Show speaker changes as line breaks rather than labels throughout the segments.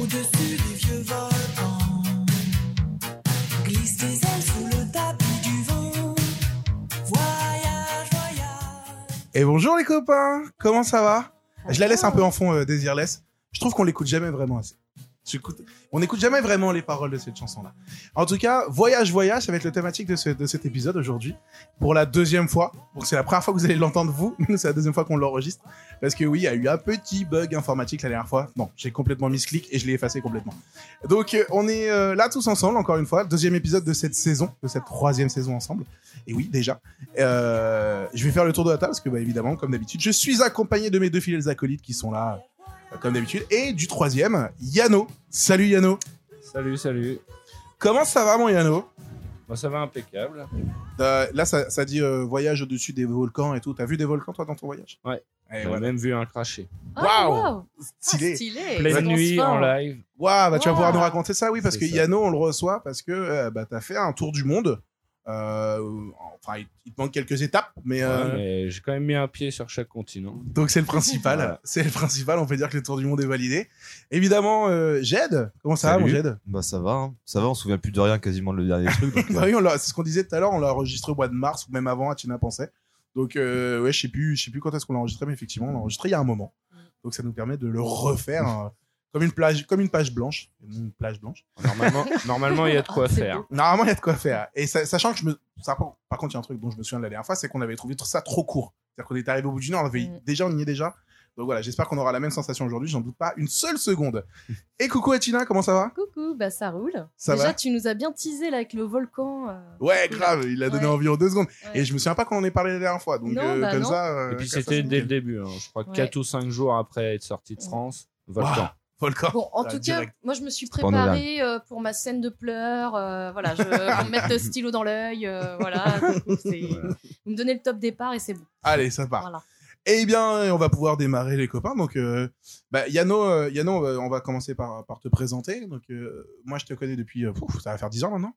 au-dessus du vieux volcan. Glisse tes ailes sous le tapis du vent. Voyage, voyage.
Et bonjour les copains, comment ça va Je la laisse un peu en fond, euh, Désirless. Je trouve qu'on l'écoute jamais vraiment assez. J'écoute- On n'écoute jamais vraiment les paroles de cette chanson-là. En tout cas, voyage, voyage, ça va être le thématique de, ce- de cet épisode aujourd'hui. Pour la deuxième fois. Donc c'est la première fois que vous allez l'entendre vous. Nous, c'est la deuxième fois qu'on l'enregistre. Parce que oui, il y a eu un petit bug informatique la dernière fois. Non, j'ai complètement mis ce clic et je l'ai effacé complètement. Donc euh, on est euh, là tous ensemble, encore une fois. Deuxième épisode de cette saison, de cette troisième saison ensemble. Et oui, déjà. Euh, je vais faire le tour de la table parce que, bah, évidemment, comme d'habitude, je suis accompagné de mes deux fidèles acolytes qui sont là, euh, comme d'habitude, et du troisième, Yano. Salut Yano.
Salut, salut.
Comment ça va, mon Yano
Bon, ça va impeccable.
Euh, Là, ça, ça dit euh, voyage au-dessus des volcans et tout. T'as vu des volcans, toi, dans ton voyage
Ouais.
Et
On a
voilà.
même vu un craché.
Waouh.
Oh, wow.
Stylé.
Ah, stylé.
Pleine
Transforme.
nuit en live.
Waouh, bah, tu vas pouvoir
Waouh.
nous raconter ça, oui, parce
C'est
que
ça.
Yano, on le reçoit parce que euh, bah, t'as fait un tour du monde. Euh, enfin, il, il te manque quelques étapes, mais. euh,
Mais J'ai quand même mis un pied sur chaque continent.
Donc c'est le principal.
Voilà.
C'est le principal. On peut dire que le tour du monde est validé. Évidemment, euh, Jed. Comment ça va, mon
Salut.
Jed
Bah ça va, hein. ça va, on se souvient plus de rien quasiment de le dernier truc. donc,
Bah
euh,
oui, on l'a- c'est ce qu'on disait tout à l'heure. On l'a enregistré au mois de mars ou même avant. Atina pensait. Donc euh, ouais, je sais plus, je sais plus quand est-ce qu'on l'a enregistré, mais effectivement, on l'a enregistré il y a un moment. Donc ça nous permet de le refaire hein, comme une plage, comme une page blanche, une plage blanche.
Normalement, normalement, il y a de quoi
Ah, c'est
faire.
beau.
Normalement, il y a de quoi faire. Et sa- sachant que je me. ça, par par contre, il y a un truc dont je me souviens de la dernière fois, c'est qu'on avait trouvé ça trop court. C'est-à-dire qu'on est arrivé au bout d'une heure, on avait
Mm.
déjà, on y est déjà. Donc voilà, j'espère qu'on aura la même sensation aujourd'hui, j'en doute pas une seule seconde. Et coucou Atina, comment ça va
Coucou, bah ça roule.
Ça
Déjà,
va
tu nous as bien teasé là avec le volcan. euh.
Ouais, grave, il a donné
Ouais.
envie en deux secondes.
Ouais.
Et je me souviens pas qu'on en ait parlé la dernière fois, donc
Non,
euh,
bah
comme
non.
ça. euh,
Et
comme
puis
ça,
c'était
c'est
dès le
nickel.
début. hein. Je crois que
Ouais.
4 ou 5 jours après être sorti de
Ouais.
France,
Waouh,
volcan. Oh,
Volcan.
Bon, en
bah,
Ah,
tout
direct.
cas, moi je me suis
pas en
préparée euh, pour ma scène de pleurs. euh, voilà, je pour me mettre le stylo dans l'œil. euh, voilà, c'est- vous me donnez le top départ et c'est bon.
Allez, ça part.
Voilà.
Eh bien, on va pouvoir démarrer les copains. Donc, euh, bah, Yano, euh, Yano, on va- on va commencer par, par te présenter. Donc, euh, moi, je te connais depuis, euh, pouf, ça va faire 10 ans maintenant.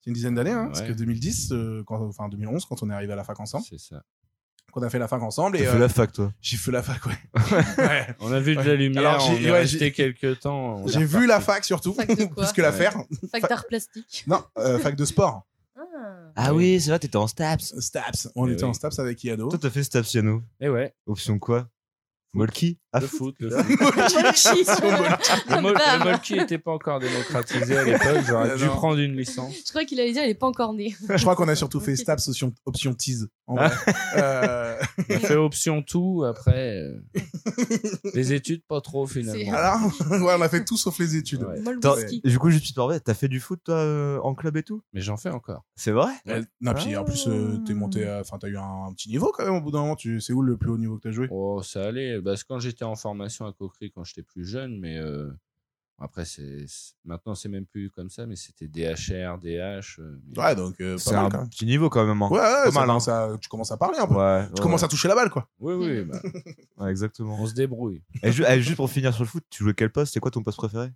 C'est une dizaine d'années, hein, parce
Ouais.
que 2010, euh, quand, enfin 2011, quand on est arrivé à la fac ensemble,
C'est ça.
qu'on a fait la fac ensemble.
t'as
Et
fait
euh,
la fac toi.
j'ai fait la fac, ouais. Ouais.
On a vu de
Ouais.
la lumière,
Alors, j'ai-
on est
ouais,
resté quelques temps. on est
J'ai vu la
reparti.
fac surtout,
Fac de quoi
plus que l'affaire.
Fac d'art plastique.
Non, euh, fac de sport.
Ah.
Ah oui, c'est vrai, t'étais en STAPS.
Staps. On
Eh
était
oui.
en Staps avec Yano.
Toi t'as fait STAPS Yano.
Et Eh ouais,
Option quoi Molki Ah,
le foot, le foot.
Molki.
Le, mol-
Bam.
le Molki n'était pas encore démocratisé à l'époque. J'aurais
Non,
dû
non.
prendre une licence.
Je crois qu'il allait dire il est pas encore né.
Je crois qu'on a surtout fait
Ok.
Staps option, option tease. En vrai. Euh,
On a fait option tout après. euh, les études, pas trop finalement.
alors, ouais, on a fait tout sauf les études.
Ouais.
Molski.
Du coup, juste une bête, t'as fait du foot toi euh, en club et tout
Mais j'en fais encore.
C'est vrai
Ouais. Non, puis en plus, euh, t'es monté, à- enfin, t'as eu un, petit niveau quand même au bout d'un moment. Tu, c'est où le plus haut niveau que t'as joué
Oh, ça allait. Parce que quand j'étais en formation à Coquery, quand j'étais plus jeune, mais euh, après, c'est c'est- maintenant, c'est même plus comme ça, mais c'était DHR, DH. euh, mais-
Ouais, donc euh,
C'est
pas mal
un
quand même.
petit niveau quand même. hein.
Ouais, ouais, ça
mal, hein.
commence à- tu commences à parler un peu.
Ouais, ouais,
tu commences à toucher la balle, quoi.
Oui, oui, bah,
ouais, exactement.
on se débrouille.
et, ju- eh, juste pour finir sur le foot, tu jouais quel poste C'est quoi ton poste préféré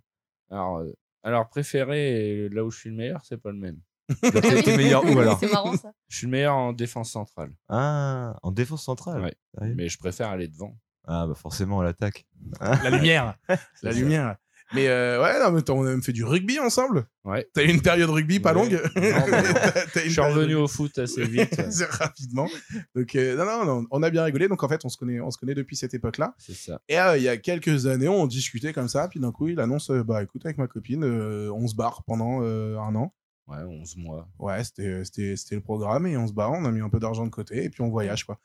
Alors, euh, alors préféré, euh, là où je suis le meilleur, c'est pas le même.
Ah oui.
T'es meilleur où alors
C'est marrant ça.
Je suis le meilleur en défense centrale,
Ah, en défense centrale.
Ouais.
Sérieux
mais je préfère aller devant.
Ah bah forcément à l'attaque.
La lumière. la
C'est ça.
lumière. Mais euh, ouais, non, mais t'as- on a même fait du rugby ensemble.
Ouais.
T'as eu une période rugby pas
Ouais.
longue.
Non, mais
T'as- t'as eu une
Je suis
période
revenu au foot assez vite. ouais.
rugby rapidement. Donc, euh, non, non, non, on a bien rigolé. Donc, en fait, on se connaît, on se connaît depuis cette époque-là.
C'est ça.
Et euh, il y a quelques années, on discutait comme ça. Puis d'un coup, il annonce euh, Bah écoute, avec ma copine, euh, on se barre pendant euh, un an.
Ouais, 11 mois.
Ouais, c'était euh, c'était- c'était le programme et on se bat, on a mis un peu d'argent de côté et puis on voyage quoi.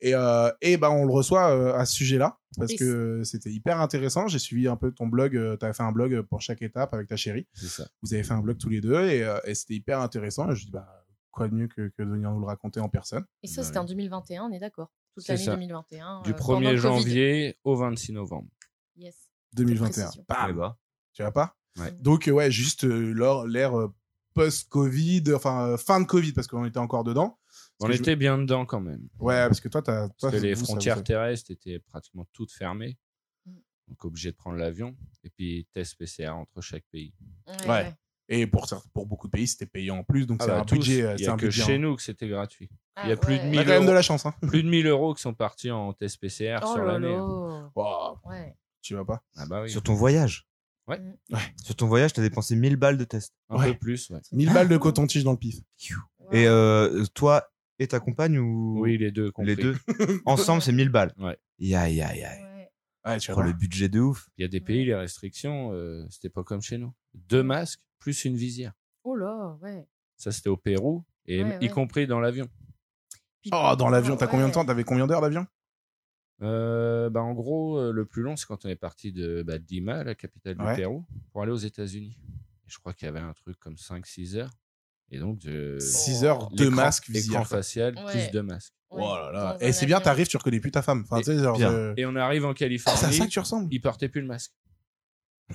Et, euh, et bah, on le reçoit euh, à ce sujet-là parce
Et
que c'était hyper intéressant. J'ai suivi un peu ton blog, tu avais fait un blog pour chaque étape avec ta chérie.
C'est ça.
Euh,
Vous avez fait un blog tous les deux et, euh, et c'était hyper intéressant. Et je dis bah quoi de mieux que, que de venir nous le raconter en personne.
Et ça, c'était en 2021, on est d'accord. Toute
C'est
l'année
ça.
2021.
Du
euh,
1er
pendant le Covid.
janvier au 26 novembre.
Yes.
2021.
précision.
Bam
Eh bah.
tu vois pas
Ouais.
Donc euh, ouais, juste euh, l'or- l'ère euh, post-Covid, enfin euh, fin de Covid parce qu'on était encore dedans.
On
Parce que je-
était bien dedans quand même.
Ouais, parce que toi t'as toi,
Parce que les
vous, ça vous
frontières
fait-
terrestres étaient pratiquement toutes fermées.
Mm.
Donc, obligé de prendre l'avion. Et puis, test PCR entre chaque pays.
Ouais.
Ouais. Et pour, certains- pour beaucoup de pays, c'était payant en plus, donc
Ah
c'est
bah,
un
tous,
budget. euh,
Il
c'est
n'y a
un
que
budget,
chez
hein.
nous que c'était gratuit.
Ah,
Il y a plus de
ouais.
On a
1000
quand même de
euros.
la chance. Hein.
Plus de 1000 euros qui sont partis en test PCR
Oh
sur
là
l'année. hein.
là.
Wow,
Ouais.
tu vas pas.
Ah bah oui.
Sur ton voyage
Ouais.
Sur ton voyage, t'as dépensé 1000 balles de test.
Un
Ouais.
peu plus, ouais.
1000 balles de coton-tige dans le pif.
Et euh, toi et ta compagne ou
Oui, les deux. compris.
les deux ensemble, c'est 1000 balles.
Ouais.
Aïe, aïe, aïe, aïe.
Ouais.
Ouais, tu
Oh, le budget de ouf.
Il y a des pays, les restrictions, euh, c'était pas comme chez nous. Deux masques plus une visière.
Oh là, ouais.
Ça, c'était au Pérou, et
Ouais,
y
ouais.
compris dans l'avion.
Puis-
Oh, dans l'avion, t'as
Ouais.
combien de temps T'avais combien d'heures d'avion
Euh, bah, en gros, euh, le plus long, c'est quand on est parti de bah, Lima, la capitale du
Ouais.
Pérou, pour aller aux États-Unis. Et Je crois qu'il y avait un truc comme 5-6 heures. Et donc, de...
6 heures, deux
l'écran-
masques,
Écran
visière.
facial,
Ouais.
plus deux masques.
Oh
Ouais,
là là.
dans un
Et c'est bien,
avion.
t'arrives, tu reconnais plus ta femme. Enfin, tu sais, genre.
Bien.
euh,
Et on arrive en
Ah, c'est à
Californie,
ça que tu ressembles
ils portaient plus le masque.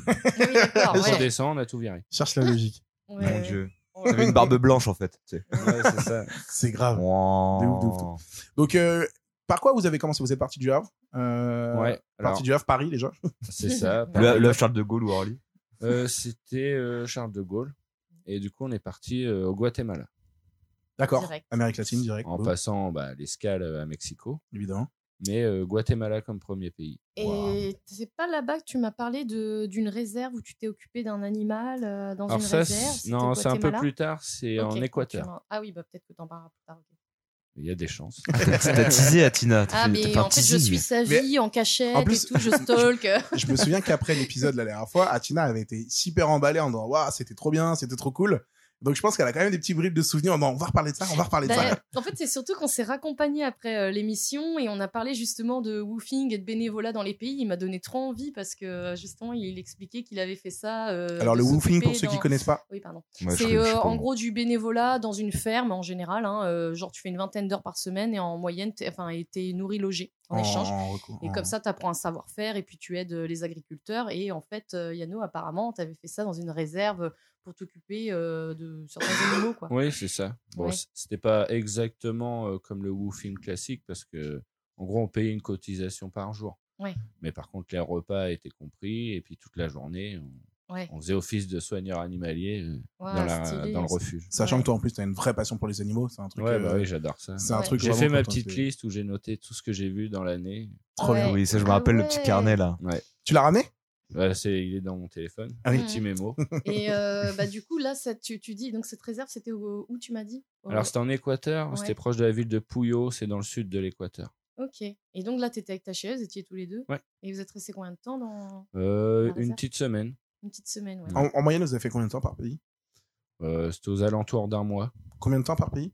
Oui, d'accord,
On
Ah ouais.
descend, on a tout viré.
Cherche la logique.
Ouais,
Mon
ouais.
dieu.
Oh,
Ouais.
T'avais une barbe blanche en fait. tu sais.
Ouais, c'est ça.
C'est grave.
Ouah.
de ouf. Donc, euh, par quoi vous avez commencé Vous êtes parti du Havre Euh,
Ouais, alors,
Parti du Havre, Paris déjà
c'est ça.
Le, le Charles de Gaulle ou Orly.
Euh, C'était euh, Charles de Gaulle. Et du coup, on est parti euh, au Guatemala,
D'accord.
Direct.
Amérique latine, direct.
en
Boum,
passant bah, l'escale à Mexico.
évidemment.
Mais euh, Guatemala comme premier pays.
Et c'est pas là-bas que tu m'as parlé de- d'une réserve où tu t'es occupé d'un animal euh, dans
Alors
une
ça,
réserve
c'est-
c'était au
non, c'est un peu
Guatemala
plus tard, c'est
Ok,
en
tu
Équateur.
m'en- Ah oui, bah peut-être que t'en parleras plus tard. ok.
Il y a des chances.
T'as t'as teasé Atina.
Ah, mais en fait, je suis sa
Mais-
vie en cachette
En plus-
et tout, je stalk.
Je me souviens qu'après l'épisode la dernière fois, Atina avait été super emballée en disant Waouh, c'était trop bien, c'était trop cool. Donc je pense qu'elle a quand même des petits bribes de souvenirs. en disant, on va reparler de ça, on va reparler de
Bah,
ça.
en fait, c'est surtout qu'on s'est raccompagné après euh, l'émission et on a parlé justement de woofing et de bénévolat dans les pays. Il m'a donné trop envie parce que euh, justement, il expliquait qu'il avait fait ça. euh,
Alors
de
le woofing,
s'occuper
pour ceux qui
dans-
connaissent pas,
Oui, pardon.
Ouais, je
c'est
connais- je
euh,
sais pas,
en
moi.
gros du bénévolat dans une ferme en général. hein, euh, genre, tu fais une vingtaine d'heures par semaine et en moyenne, t'es- enfin, et t'es nourri, logé
Oh.
en échange.
recours-
Et
en-
comme ça, tu apprends un savoir-faire et puis tu aides euh, les agriculteurs. Et en fait, euh, Yano, apparemment, tu avais fait ça dans une réserve pour t'occuper euh, de certains animaux. Quoi.
oui, c'est ça. Bon,
Ouais.
c- c'était pas exactement euh, comme le woofing classique parce que, en gros, on payait une cotisation par jour.
Ouais.
Mais par contre, les repas étaient compris et puis toute la journée, on,
Ouais.
on faisait office de soigneur animalier euh,
Ouais,
dans, la-
stylé,
dans le
ça.
refuge.
Sachant
Ouais.
que toi en plus, t'as une vraie passion pour les animaux, c'est un truc.
Ouais,
euh,
bah oui, j'adore ça.
c'est un
Ouais.
truc.
J'ai
vraiment
fait ma
quand on
petite
fait-
liste où j'ai noté tout ce que j'ai vu dans l'année.
Trop bien.
Ouais.
Oui, ça, je me
Ah
rappelle le petit
ouais.
carnet là.
Tu l'as ramené
Ouais, Bah, c'est, il est dans mon téléphone.
Ah
Mhm.
oui.
Un petit mémo.
Mmh. Et euh, bah, du coup, là, ça, tu, tu dis, donc cette réserve, c'était où, où tu m'as dit Au-
Alors, c'était en Équateur.
Ouais.
C'était proche de la ville de Puyo. C'est dans le sud de l'Équateur.
Ok. Et donc là, tu étais avec ta chérie, vous étiez tous les deux.
Ouais.
Et vous êtes restés combien de temps dans
Euh,
La
une
réserve.
petite semaine.
une petite semaine ouais.
en, en moyenne, vous avez fait combien de temps par pays
Euh, c'était aux alentours d'un mois.
Combien de temps par pays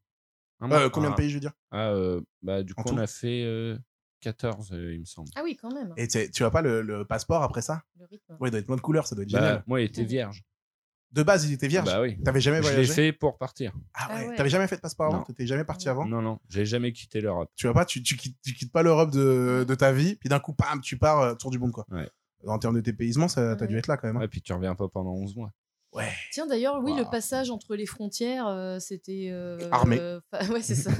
Un
Euh,
mois.
Combien de
Ah.
pays, je veux dire
Ah, euh, bah, du
En
coup,
tout
on a fait euh, 14, euh, il me semble.
Ah oui, quand même.
Et t'es- tu as pas le, le passeport après ça
Le rythme.
Ouais, il doit être plein de couleurs, ça doit être
Bah,
génial.
moi, il était
Mhm.
vierge.
De base, il était vierge.
Bah oui.
T'avais jamais
Je l'ai
voyagé
fait pour partir.
Ah ouais.
Ah ouais.
T'avais jamais fait de passeport avant
Non.
T'étais jamais parti
Non.
avant
Non, non, j'ai jamais quitté l'Europe.
Tu vois pas, tu, tu, quittes, tu quittes pas l'Europe de, de ta vie, puis d'un coup, pam, tu pars euh, tour du monde, quoi.
Ouais.
En termes de dépaysement, ça, t'as
Ouais.
dû être là quand même. hein.
Ouais, puis tu reviens pas pendant 11 mois.
Tiens, d'ailleurs, oui, le
Waouh.
passage entre les frontières, euh, c'était. euh,
Armé.
euh, fa- ouais, c'est ça.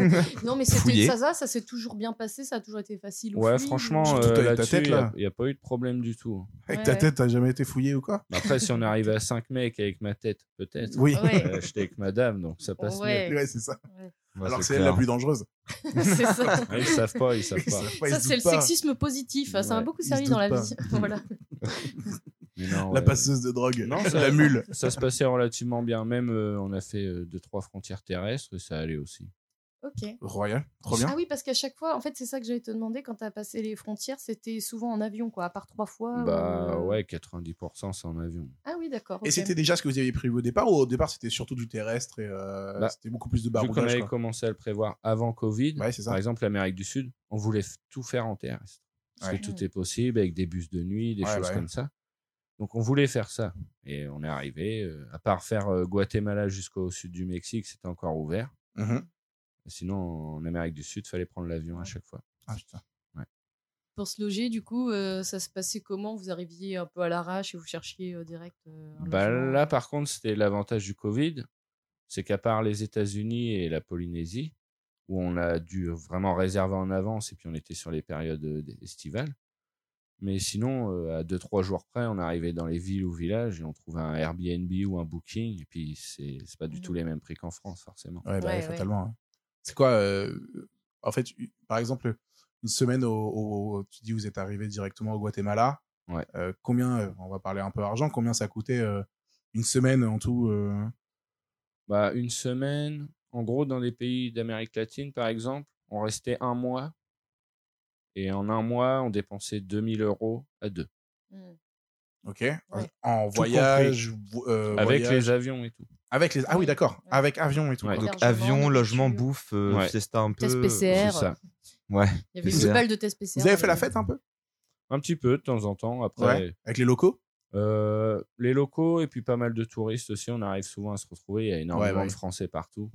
non, mais
Fouillé.
c'était ça, ça, ça s'est toujours bien passé, ça a toujours été facile. ou
Ouais,
fluide,
franchement,
ou-
Surtout
euh,
avec ta
là-dessus,
tête,
il n'y a,
là.
il y a pas eu de problème du tout.
Avec
Ouais,
ta
ouais.
tête, t'as jamais été fouillé ou quoi
Mais Après, si on arrivait à 5 mecs avec ma tête, peut-être.
Oui.
Ouais.
Euh, J'étais avec madame, donc ça passe
Ouais.
Ouais, c'est ça.
Ouais,
Alors que c'est
c'est
elle la
clair.
plus dangereuse.
c'est ça.
mieux. Ouais, ils savent pas, ils savent
Ils
pas.
savent pas, ils
Ça,
se
c'est le
doutent pas.
sexisme positif. hein, Ça m'a
Ouais,
beaucoup
ils se
servi dans la
doutent
vie. voilà.
Mais non,
La
ouais.
passeuse de drogue.
Non, ça-
la mule.
Ça se passait relativement bien. Même, euh, on a fait 2-3 frontières terrestres et ça allait aussi.
Ok.
Royal. Trop bien.
Ah oui, parce qu'à chaque fois, en fait, c'est ça que j'allais te demander quand t'as passé les frontières, c'était souvent en avion, quoi, à part trois fois.
bah
ou- euh,
ouais, 90% c'est en avion.
Ah oui, d'accord.
Et
ok.
c'était déjà ce que vous aviez prévu au départ ou au départ c'était surtout du terrestre et euh,
Bah,
c'était beaucoup plus de
Vu qu'on
baroudage
avait
quoi.
commencé à le prévoir avant Covid,
Ouais, c'est ça.
par exemple l'Amérique du Sud, on voulait f- tout faire en terrestre. Parce
Ah
Ouais.
que tout est possible avec des bus de nuit, des
Ouais,
choses
bah ouais.
comme ça. Donc on voulait faire ça. Et on est arrivé, euh, à part faire euh, Guatemala jusqu'au sud du Mexique, c'était encore ouvert.
Mhm.
Sinon, en Amérique du Sud, fallait prendre l'avion à chaque fois.
Ah, putain.
Pour se loger, du coup, euh, ça se passait comment Vous arriviez un peu à l'arrache et vous cherchiez euh, direct euh, un
Bah,
logement
là, par contre, c'était l'avantage du Covid, c'est qu'à part les États-Unis et la Polynésie, où on a dû vraiment réserver en avance et puis on était sur les périodes euh, d- estivales. Mais sinon, euh, à deux, trois jours près, on arrivait dans les villes ou villages et on trouvait un Airbnb ou un Booking. Et puis, c'est c'est pas du tout les mêmes prix qu'en France, forcément.
Ouais, bah,
Ouais,
ouais,
ouais.
fatalement. hein. C'est quoi, euh, en fait, u- par exemple, une semaine au, au- tu dis vous êtes arrivé directement au Guatemala,
Ouais.
Euh, combien, euh, on va parler un peu argent, combien ça coûtait euh, une semaine en tout euh,
Bah, une semaine, en gros, dans les pays d'Amérique latine, par exemple, on restait un mois. Et en un mois, on dépensait 2000 euros à deux.
Mm.
Ok. En voyage, vo- euh,
avec
voyage-
les avions et tout.
avec les. Ah oui, d'accord.
Ouais.
Avec avion et tout.
Ouais.
quoi.
Hébergement,
Avion, logement,
nourriture.
bouffe, euh,
Ouais.
fiesta un peu.
Test PCR.
C'est ça.
Il y avait
PCR.
une balle de test PCR. euh,
Vous avez fait la fête un peu
Un petit peu, de temps en temps. Après,
avec les locaux
Euh, les locaux et puis pas mal de touristes aussi. On arrive souvent à se retrouver. Il y a énormément
bah
ouais.
de Français partout.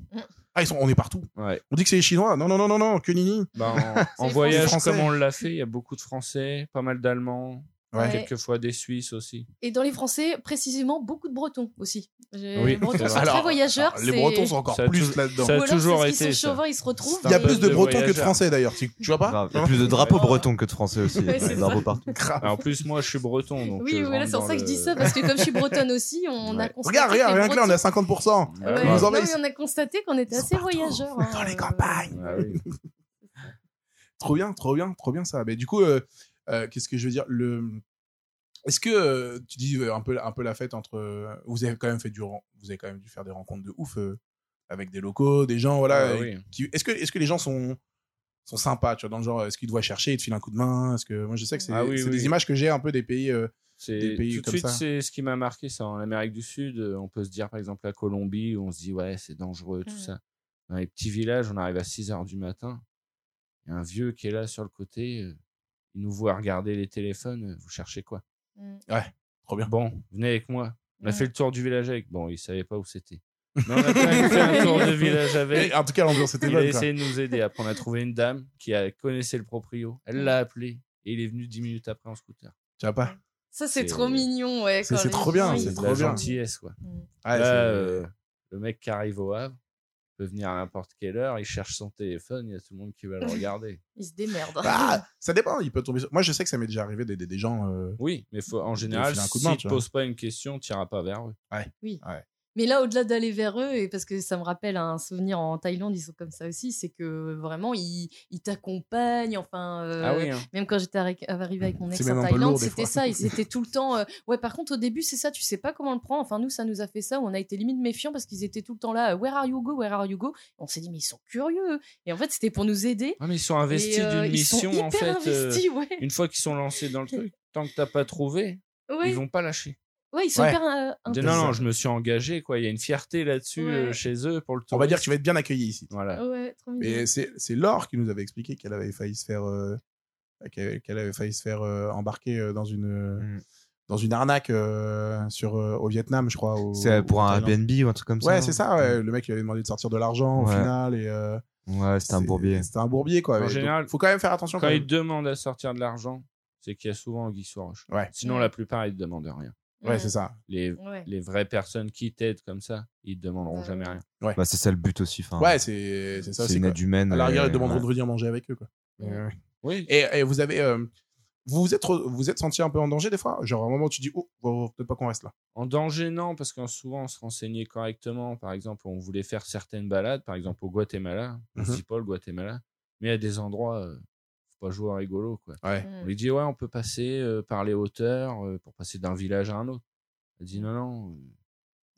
Ah, ils sont, on est partout.
Ouais.
On dit que c'est les Chinois. Non, non, non, non, non, que nini.
Bah, en- en,
les
voyage,
Français.
comme on l'a fait, il y a beaucoup de Français, pas mal d'Allemands,
Ouais.
Ouais.
quelquefois des Suisses aussi.
Et dans les Français, précisément, beaucoup de Bretons aussi. J'ai-
Oui.
Les Bretons sont
Alors,
très voyageurs.
les
c'est-
Bretons sont encore
Ça a
plus
tou-
là-dedans.
ça a
Ou alors,
toujours
c'est parce qu'ils
été,
sont
ça.
chauvins, ils se retrouvent.
Il y a
un
mais-
plus
peuple
de
de
Bretons que de
voyageurs.
Français d'ailleurs. Tu, tu vois pas Hein
Grave. Il y a plus de drapeaux
Ouais.
bretons que de français aussi.
Ouais,
Il y a
c'est
des drapeaux
ça.
partout.
Grave.
Ah, en plus, moi, je suis breton. Donc
Oui,
euh, je
voilà,
rentre
c'est pour
dans
ça que je
le-
dis ça, parce que comme je suis bretonne aussi, on a
Ouais.
constaté.
Regarde,
que
regarde,
les
rien que là, on est à
Bretons-
50%.
Bah,
Ouais,
Ils nous
non,
envahissent.
mais on a constaté qu'on était
Ils sont
assez
partout,
voyageurs.
dans
hein,
les
euh,
campagnes.
Ah oui.
Trop bien, trop bien, trop bien ça. Mais du coup, euh, euh, qu'est-ce que je veux dire Le est-ce que euh, tu dis euh, un peu un peu la fête entre euh, vous avez quand même fait du ren- vous avez quand même dû faire des rencontres de ouf euh, avec des locaux, des gens voilà.
Ah
euh,
oui.
qui- est-ce que est-ce que les gens sont sont sympas tu vois dans le genre est-ce qu'ils doivent chercher, ils te filent un coup de main Est-ce que moi je sais que c'est
Ah oui,
c'est
oui.
des images que j'ai un peu des pays euh,
C'est-
Des pays
tout de
comme
suite,
ça.
c'est ce qui m'a marqué, ça. En Amérique du Sud, euh, on peut se dire, par exemple, la Colombie, où on se dit, ouais, c'est dangereux, tout
Mm.
ça. Dans les petits villages, on arrive à 6 heures du matin. Il y a un vieux qui est là sur le côté. euh, il nous voit regarder les téléphones. euh, Vous cherchez quoi
Mm.
trop bien.
Bon, venez avec moi. On a
Mm.
fait le tour du village avec. Bon, il savait pas où c'était. Mais on a quand même fait un tour de village
Et
avec.
en tout cas l'ambiance était
Il a
bonne. quoi.
essayé de nous aider. Après, on a trouvé une dame qui a- connaissait le proprio. Elle l'a appelé. Et il est venu 10 minutes après en scooter.
Tu vois pas
Ça, c'est
C'est-
trop mignon. Ouais,
C'est-
quand
c'est
les
trop bien,
gens,
c'est
ils-
de
trop
la
bien.
gentillesse, quoi.
Ouais,
Là,
Ah, c'est-
euh, le mec qui arrive au Havre peut venir à n'importe quelle heure, il cherche son téléphone, il y a tout le monde qui va le regarder.
Ils se démerdent.
Bah, ça dépend, il peut tomber sur- Moi je sais que ça m'est déjà arrivé d'aider des gens euh,
Oui, mais faut, en général,
filer un
si
coup de
tu
main, tu
ne
vois.
poses pas une question, tu n'iras pas vers eux.
Mais là, au-delà d'aller vers eux, et parce que ça me rappelle un souvenir en Thaïlande, ils sont comme ça aussi, c'est que vraiment, ils, ils t'accompagnent. Enfin, euh,
ah oui, hein.
même quand j'étais arri- arrivée avec mon
C'est
ex
même
en
un peu
Thaïlande,
lourd, des
c'était
fois.
ça. Ils étaient tout le temps. euh, Ouais, par contre, au début, c'est ça, tu sais pas comment le prendre. Enfin, nous, ça nous a fait ça. On a été limite méfiants parce qu'ils étaient tout le temps là. euh, Where are you go? Where are you go? On s'est dit, mais ils sont curieux. eux. Et en fait, c'était pour nous aider.
Ah, mais ils sont investis
Et, euh,
d'une
ils sont
mission, en
hyper
fait. euh,
investis, ouais.
une fois qu'ils sont lancés dans le truc, tant que tu pas trouvé,
Ouais,
ils vont pas lâcher.
ouais, ils sont
Ouais.
hyper. euh,
Ils disent,
investis.
non, non, je me suis engagé, quoi. Il y a une fierté là-dessus
Ouais.
euh, chez eux pour le tour.
On va dire que tu Ah vas être bien accueilli ici.
Voilà.
Ouais, trop mignon.
Mais c'est c'est Laure qui nous avait expliqué qu'elle avait failli se faire euh, qu'elle qu'elle avait failli se faire euh, embarquer euh, dans une euh,
Mm.
dans une arnaque euh, sur euh, au Vietnam, je crois. au-
C'est pour
au
un
Thaïlande.
Airbnb ou un truc comme ça. hein.
Ouais, c'est ça. ouais. Le mec lui avait demandé de sortir de l'argent au
Ouais.
final et euh,
Ouais, c'était un
c'est-
bourbier.
C'était un bourbier quoi.
En
Et
général,
donc, faut quand même faire attention.
Quand
quand
ils
même.
demandent à sortir de l'argent, c'est qu'il y a souvent Anguille sous roche.
Ouais.
Sinon, la plupart, ils ne demandent rien.
Ouais, c'est ça.
Les,
Ouais.
les vraies personnes qui t'aident comme ça, ils ne demanderont
Ouais.
jamais rien.
Bah, c'est ça le but aussi. enfin,
Ouais, c'est c'est ça.
C'est
C'est
une
quoi.
aide humaine.
À la rigueur, ils
euh,
demanderont
ouais.
de venir manger avec eux quoi.
Ouais.
Euh,
Oui,
Et, et vous avez euh, vous vous êtes re- vous êtes senti un peu en danger des fois. Genre à un moment tu dis oh faut- faut peut-être pas qu'on reste là.
En danger, non, parce qu'en souvent, on se renseignait correctement. Par exemple, on voulait faire certaines balades, par exemple au Guatemala.
Mmh
On se
Mhm.
dit pas le Guatemala, mais il y a des endroits, euh, faut pas jouer à rigolo, quoi.
Ouais.
Mm.
On lui dit, ouais, on peut passer euh, par les hauteurs euh, pour passer d'un village à un autre. Elle dit, non, non, euh,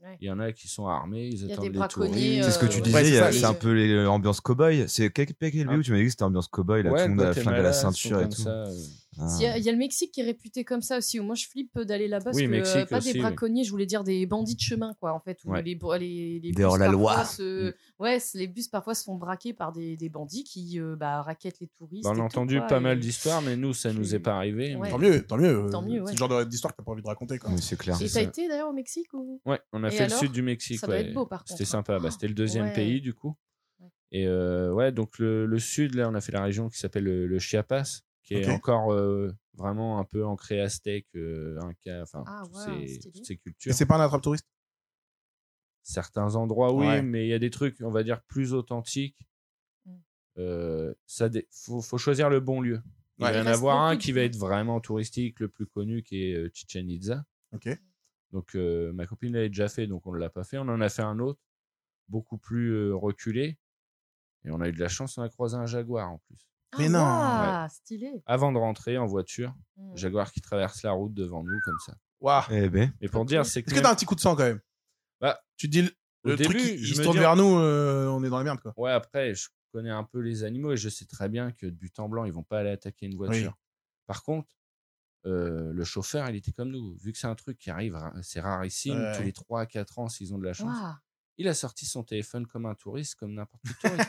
il
Ouais.
y en a qui sont armés, ils
y a
attendent
des
les
braconniers,
touristes.
C'est ce que tu
Euh,
disais,
ouais,
il y a-
c'est
c'est
ça.
un peu les- l'ambiance cow-boy. C'est quel quel pays
Ah.
où tu m'as dit que c'était ambiance cow-boy là,
Ouais,
Tout le
le
monde
bah,
a flingue à
Guatemala,
la
ils sont
ceinture et
comme
tout.
ça, euh.
Ah.
Il y, a, il y a le Mexique qui est réputé comme ça aussi, où moi je flippe d'aller là-bas,
Oui,
parce que,
Mexique
euh, pas
aussi,
des
oui.
braconniers, je voulais dire des bandits de chemin, quoi, en fait, où
Ouais. Mm.
les, bo- les, les
Des
bus
hors-la-loi.
parfois se- ouais, c- les bus parfois se font braquer par des, des bandits qui euh, bah, raquettent les touristes.
Bah, on
et
a
tout,
entendu
quoi,
pas
et-
mal d'histoires, mais nous, ça nous est pas arrivé.
euh, Ouais.
mais-
Tant mieux, tant mieux.
Eh, Tant
euh,
mieux, ouais.
C'est le genre d'histoire que t'as pas envie de raconter. Quoi.
Oui, Mm, c'est clair.
Et
C'est ça.
t'as été d'ailleurs au Mexique ou...
Ouais, on a
Et
fait le
alors
sud du Mexique.
Ça doit
ouais.
être beau, par
C'était
contre. hein.
sympa. Bah, C'était le deuxième
Ouais.
pays, du coup.
Ouais.
Et euh, ouais, donc le, le sud, là, on a fait la région qui s'appelle le, le Chiapas, qui est
Ok.
encore euh, vraiment un peu ancré aztèque, euh, inca, enfin,
Ah,
tous
ouais,
ces-
stylé.
toutes ces
Et
cultures.
c'est pas un attrape touriste.
Certains endroits, oui,
Ouais.
mais il y a des trucs, on va dire, plus authentiques.
Mm.
Euh, ça dé- faut, faut choisir le bon lieu. Il
Ouais.
va y
Il
en
reste
avoir un
beaucoup de-
qui va être vraiment touristique, le plus connu, qui est euh, Chichen Itza.
Ok.
Donc euh, ma copine l'avait déjà fait, donc on ne l'a pas fait. On en a fait un autre, beaucoup plus euh, reculé. Et on a eu de la chance, on a croisé un jaguar en plus.
Mais non,
Ah, stylé.
Avant de rentrer en voiture,
Mm.
Jaguar qui traverse la route devant nous comme ça.
Waouh.
Eh ben.
Mais pour dire, c'est que
Est-ce que t'as un petit coup de sang quand même
Bah,
tu te dis le,
au
le
début,
truc, il, il
je
se
me
tourne
dis-
vers nous, euh, on est dans la merde quoi.
Ouais, après, je connais un peu les animaux et je sais très bien que de but en blanc, ils vont pas aller attaquer une voiture. Par contre, euh, le chauffeur, il était comme nous. Vu que c'est un truc qui arrive, ra- c'est rarissime,
Ouais.
tous les 3 à 4 ans, s'ils ont de la chance.
Waouh.
Il a sorti son téléphone comme un touriste, comme n'importe qui.
Ah oui,
Il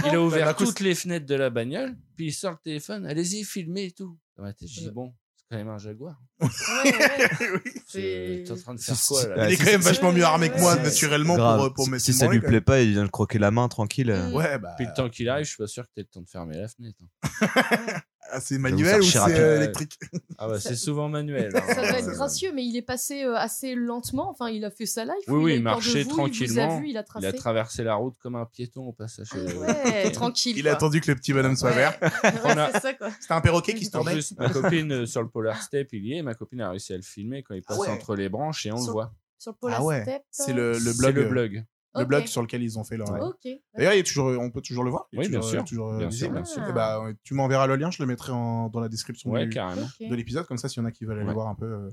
Bah, d'un
ouvert
coup,
toutes les fenêtres de la bagnole, puis il sort le téléphone, allez-y, filmez et tout. Dans ma tête, je dis,
Ouais.
bon, c'est quand même un jaguar.
ouais, ouais.
C'est-
C'est-
T'es en train de faire
C'est-
quoi
c'est-
là
Ah,
il est
si-
quand même
si-
vachement mieux armé que moi
Ouais.
naturellement
Grave.
pour, euh, pour
Si-
me
si ça lui
branler,
plaît pas, il vient de croquer la main tranquille.
Mm.
euh,
quoi. Ouais, bah.
Puis le temps qu'il arrive, je suis pas sûr que t'aies le temps de fermer la fenêtre. hein.
ah, c'est manuel ou c'est
Ça vous sert
euh,
rapide.
électrique
Ah bah,
Ça-
c'est souvent manuel. hein.
Ça doit être
Euh,
gracieux, mais il est passé euh, assez lentement. Enfin, il a fait sa life.
Oui, oui,
ou il a eu
il
peur de
marchait
vous, Il vous a
tranquillement.
vu, il a
Il
tracé.
a traversé la route comme un piéton au passage. Euh,
Ah ouais, tranquille.
Il a
quoi.
attendu que le petit bonhomme soit
Ouais.
vert.
Ouais,
On a-
c'est ça, quoi.
C'était un perroquet qui se
En
tournait.
plus, ma copine euh, sur le Polar Step, il y est. Ma copine a réussi à le filmer quand il passe
ouais.
entre les branches et on
Sur-
le voit.
Sur le Polar
Ah ouais,
Step. hein.
C'est le, le
C'est
blog,
le
euh,
blog.
le
Ok.
blog sur lequel ils ont fait leur.
Ok. Ah,
D'ailleurs, il est toujours, on peut toujours le voir. il est
Oui, bien
toujours,
sûr.
toujours, euh,
Bien sûr,
visible.
bien
sûr.
Eh bah, euh, tu m'enverras le lien, je le mettrai en- dans la description
Ouais,
du-
carrément.
Ok.
de l'épisode, comme ça, s'il y en a qui veulent aller
Ouais.
voir un peu. euh,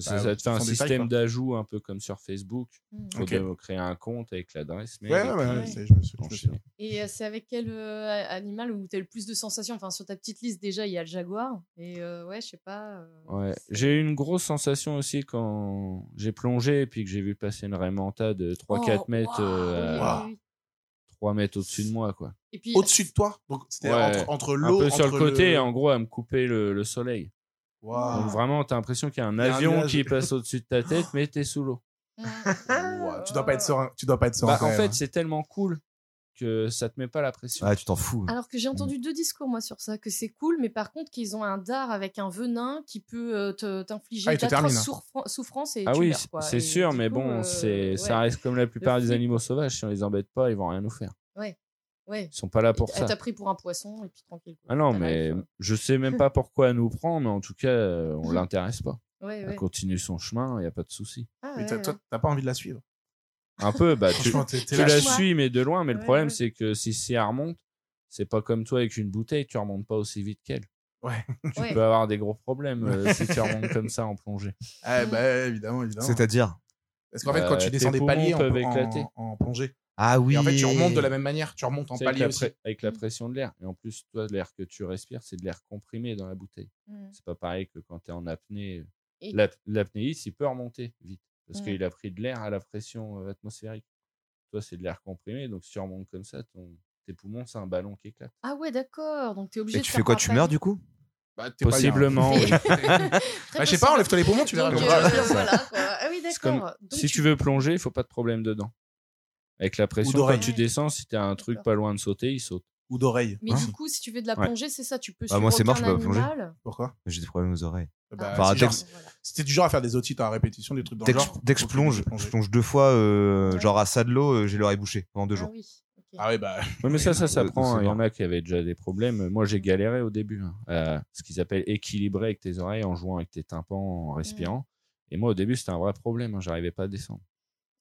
Ça,
Bah,
ça te fait un
sans détail,
système
quoi.
d'ajout un peu comme sur Facebook.
Mm.
Faut
Ok.
de- créer un compte avec l'adresse. mail
Ouais,
et
ouais,
puis
ouais,
Ouais.
c'est- je me suis- je me suis-
enchaîner.
Et euh, c'est avec quel euh, a- animal où tu as le plus de sensations Enfin, sur ta petite liste, déjà, il y a le jaguar. Et euh, ouais, je sais pas. euh,
Ouais.
c'est-
J'ai eu une grosse sensation aussi quand j'ai plongé et puis que j'ai vu passer une raimanta de 3-4
Oh,
mètres,
waouh,
euh,
oui,
à
waouh.
oui, oui.
3 mètres au-dessus de moi. Quoi.
Et puis,
Au-dessus de toi Donc, c'était
Ouais.
entre, entre
Un
l'eau.
peu sur
entre
le côté, hein. en gros, à me couper le, le soleil.
Waouh.
Donc vraiment, t'as l'impression qu'il y a un
Ah. Il y a un
avion
nuage.
qui passe au-dessus de ta tête, mais t'es sous l'eau.
Mm.
Waouh, Tu dois pas être serein. Tu dois pas être serein.
Bah,
quand
en
même.
fait, c'est tellement cool que ça te met pas la pression.
Ah, tu t'en fous.
Alors que j'ai entendu deux discours, moi, sur ça, que c'est cool, mais par contre, qu'ils ont un dard avec un venin qui peut euh, te- t'infliger
Ah, il te
d'atroces
termine.
souffran- souffrances et
Ah
tu
oui,
meurs,
c'est-
quoi. Et
c'est sûr,
du
mais
coup,
bon,
euh,
c'est,
ouais.
ça reste comme la plupart des
flip.
animaux sauvages. Si on les embête pas, ils vont rien nous faire.
Ouais.
Ils sont pas là pour
Et
ça.
T'as pris pour un poisson et puis tranquille. quoi.
Ah non,
T'as
mais
life, euh.
je sais même pas pourquoi elle nous prend, mais en tout cas, euh, on l'intéresse pas.
Ouais,
Elle
ouais.
continue son chemin, il y a pas de souci.
Ah,
hein. Mais
ouais,
t'as-
ouais.
toi, t'as pas envie de la suivre.
Un peu, bah tu,
Franchement, t'es t'es
tu
là.
la
Cache-moi.
suis mais de loin. Mais le
Ouais,
problème
ouais.
c'est que si, si elle remonte, c'est pas comme toi avec une bouteille, tu remontes pas aussi vite qu'elle.
Ouais.
Tu
Ouais.
peux avoir des gros problèmes euh, si tu remontes comme ça en plongée.
Eh bah, évidemment, évidemment.
C'est-à-dire
Parce qu'en fait, quand
Euh,
tu
tes
descends des
poumons
paliers en,
peuvent éclater.
en, en plongée,
Ah oui.
et en fait, tu remontes de la même manière. Tu remontes en
Tu sais, avec,
palier
la
aussi.
pré- avec la
Mm.
pression de l'air. Et en plus, toi, l'air que tu respires, c'est de l'air comprimé dans la bouteille.
Mm.
C'est pas pareil que quand tu es en apnée. euh,
Et-
L'ap- L'apnéiste, il peut remonter vite parce
Mm.
qu'il a pris de l'air à la pression euh, atmosphérique. Toi, c'est de l'air comprimé, donc si tu remontes comme ça, ton- tes poumons, c'est un ballon qui éclate.
Ah ouais, d'accord. Donc t'es obligé
Et
de
tu
faire
fais quoi
par
Tu meurs
palier.
du coup
Bah, t'es pas bien.
Possiblement.
bien.
oui.
Très
Bah, je sais pas,
possible.
enlève-toi les poumons, tu verras
Donc,
comme
euh,
ça.
voilà, quoi. Ah oui,
C'est comme-
d'accord. Donc,
si tu veux plonger, il faut pas de problème dedans. Avec la pression,
d'oreille.
quand tu descends, si tu as un truc
D'accord.
pas loin de sauter, il saute.
Ou d'oreilles.
Mais
Hein
du coup, si tu fais de la
Ouais.
plongée, c'est ça, tu peux
Ah,
suivre
moi, c'est mort,
aucun
je peux pas plonger.
animal. Ah,
Pourquoi
J'ai des problèmes aux oreilles.
Bah,
Enfin,
c'est
dès
genre-
que-
voilà.
C'était du genre à faire des otites à répétition, des trucs dans
Dès
le
que, je,
genre.
dès que je
Faut
plonge,
plonger.
je plonge deux fois, euh,
Ouais.
genre à Sadelot, euh, j'ai l'oreille bouchée pendant deux jours.
Ah oui, ok.
Ah ouais, bah.
Ouais, mais ça, ça
Euh,
s'apprend.
c'est
hein. Il y en
marrant.
a qui avaient déjà des problèmes. Moi, j'ai
Mm.
galéré au début. hein, à ce qu'ils appellent équilibrer avec tes oreilles en jouant avec tes tympans, en
Mmh.
respirant. Et moi, au début, c'était un vrai problème. hein. J'arrivais pas à descendre.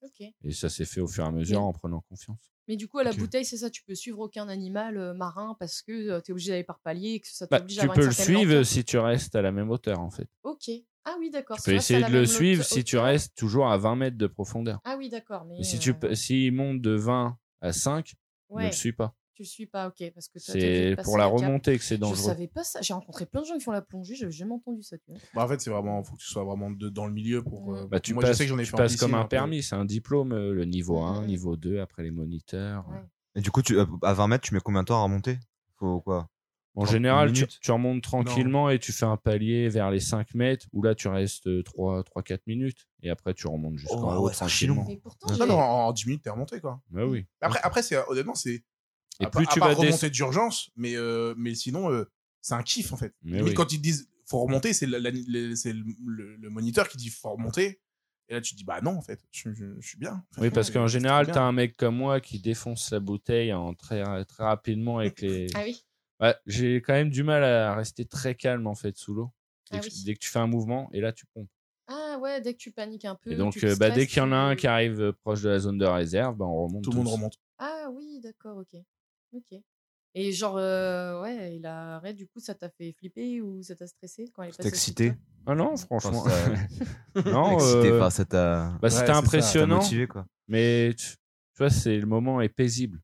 ok.
Et ça s'est fait au fur et à mesure
Mais-
en prenant confiance.
Mais du coup, à la
Ok.
bouteille, c'est ça, tu peux suivre aucun animal euh, marin parce que tu es obligé d'aller par palier et que ça
Bah,
t'oblige à
tu
avoir
peux
une
le
certaine
suivre
lenteur.
si tu restes à la même hauteur, en fait.
Ok. Ah oui, d'accord.
Tu
c'est
peux
vrai, c'est à
essayer
la
de le
même
suivre
hauteur.
si tu restes toujours à 20 mètres de profondeur.
Ah oui, d'accord. Mais,
Mais si tu
euh,
pe- s'il monte de 20 à 5, ne
ouais,
le suis pas.
tu le suis pas, ok. Parce que t'as- t'es obligé de
C'est
passer
pour la
le cap.
remontée que c'est
Je
dangereux.
savais pas ça. J'ai rencontré plein de gens qui font la plongée, j'avais jamais entendu ça. tu vois.
Bah, en fait, c'est vraiment, faut que tu sois vraiment de- dans le milieu pour. euh,
Bah, tu
Moi,
passes,
je sais que j'en ai
tu
fait en
passes
piscine,
comme un
peu.
permis, c'est un diplôme, euh, le niveau
Mhm.
1, niveau 2, après les moniteurs.
Ouais.
Et du coup, tu, à 20 mètres, tu mets combien de temps à remonter Faut quoi
En
30
général, tu,
minutes.
tu remontes tranquillement et tu fais un palier vers les 5 mètres, où là, tu restes euh, 3-4 minutes, et après, tu remontes jusqu'en
Oh,
haut
ouais, c'est un
tranquillement.
Mais pourtant,
Ah,
j'ai-
Non, mais en, en 10 minutes, t'es remonté, quoi.
Bah oui.
Après, après c'est honnêtement, c'est.
Et
à
plus
part- à
tu
part
vas descendre.
remonter d'urgence, mais, euh, mais sinon, euh, c'est un kiff, en fait.
Mais
Limite,
oui.
quand ils te disent faut remonter, c'est la- la- les- c'est le, le- le moniteur qui dit faut remonter. Et là, tu te dis bah non, en fait, je, je- je suis bien.
Oui, parce
C'est-
qu'en
c'est
général,
trop
t'as
bien.
un mec comme moi qui défonce la bouteille en très, très rapidement avec les.
Ah oui.
Ouais, J'ai quand même du mal à rester très calme en fait sous l'eau. Dès,
Ah
que-
oui.
dès que tu fais un mouvement, et là tu pompes.
Ah ouais, dès que tu paniques un peu.
et donc,
tu te
euh, bah, dès
stresses,
qu'il y en a un
tu-
qui arrive euh, proche de la zone de réserve, bah, on remonte.
Tout le monde
tous.
remonte.
Ah oui, d'accord, ok. Ok. Et genre, euh, ouais, il a arrête, du coup, ça t'a fait flipper ou ça t'a stressé quand il est
T'es
passé
excité
Ah non, franchement.
Enfin, euh, ça-
non,
excité,
euh,
enfin, ça t'a
bah, c'était
Ouais, c'est ça,
t'as
impressionnant,
motivé, quoi.
mais tu, tu vois, c'est le moment est paisible.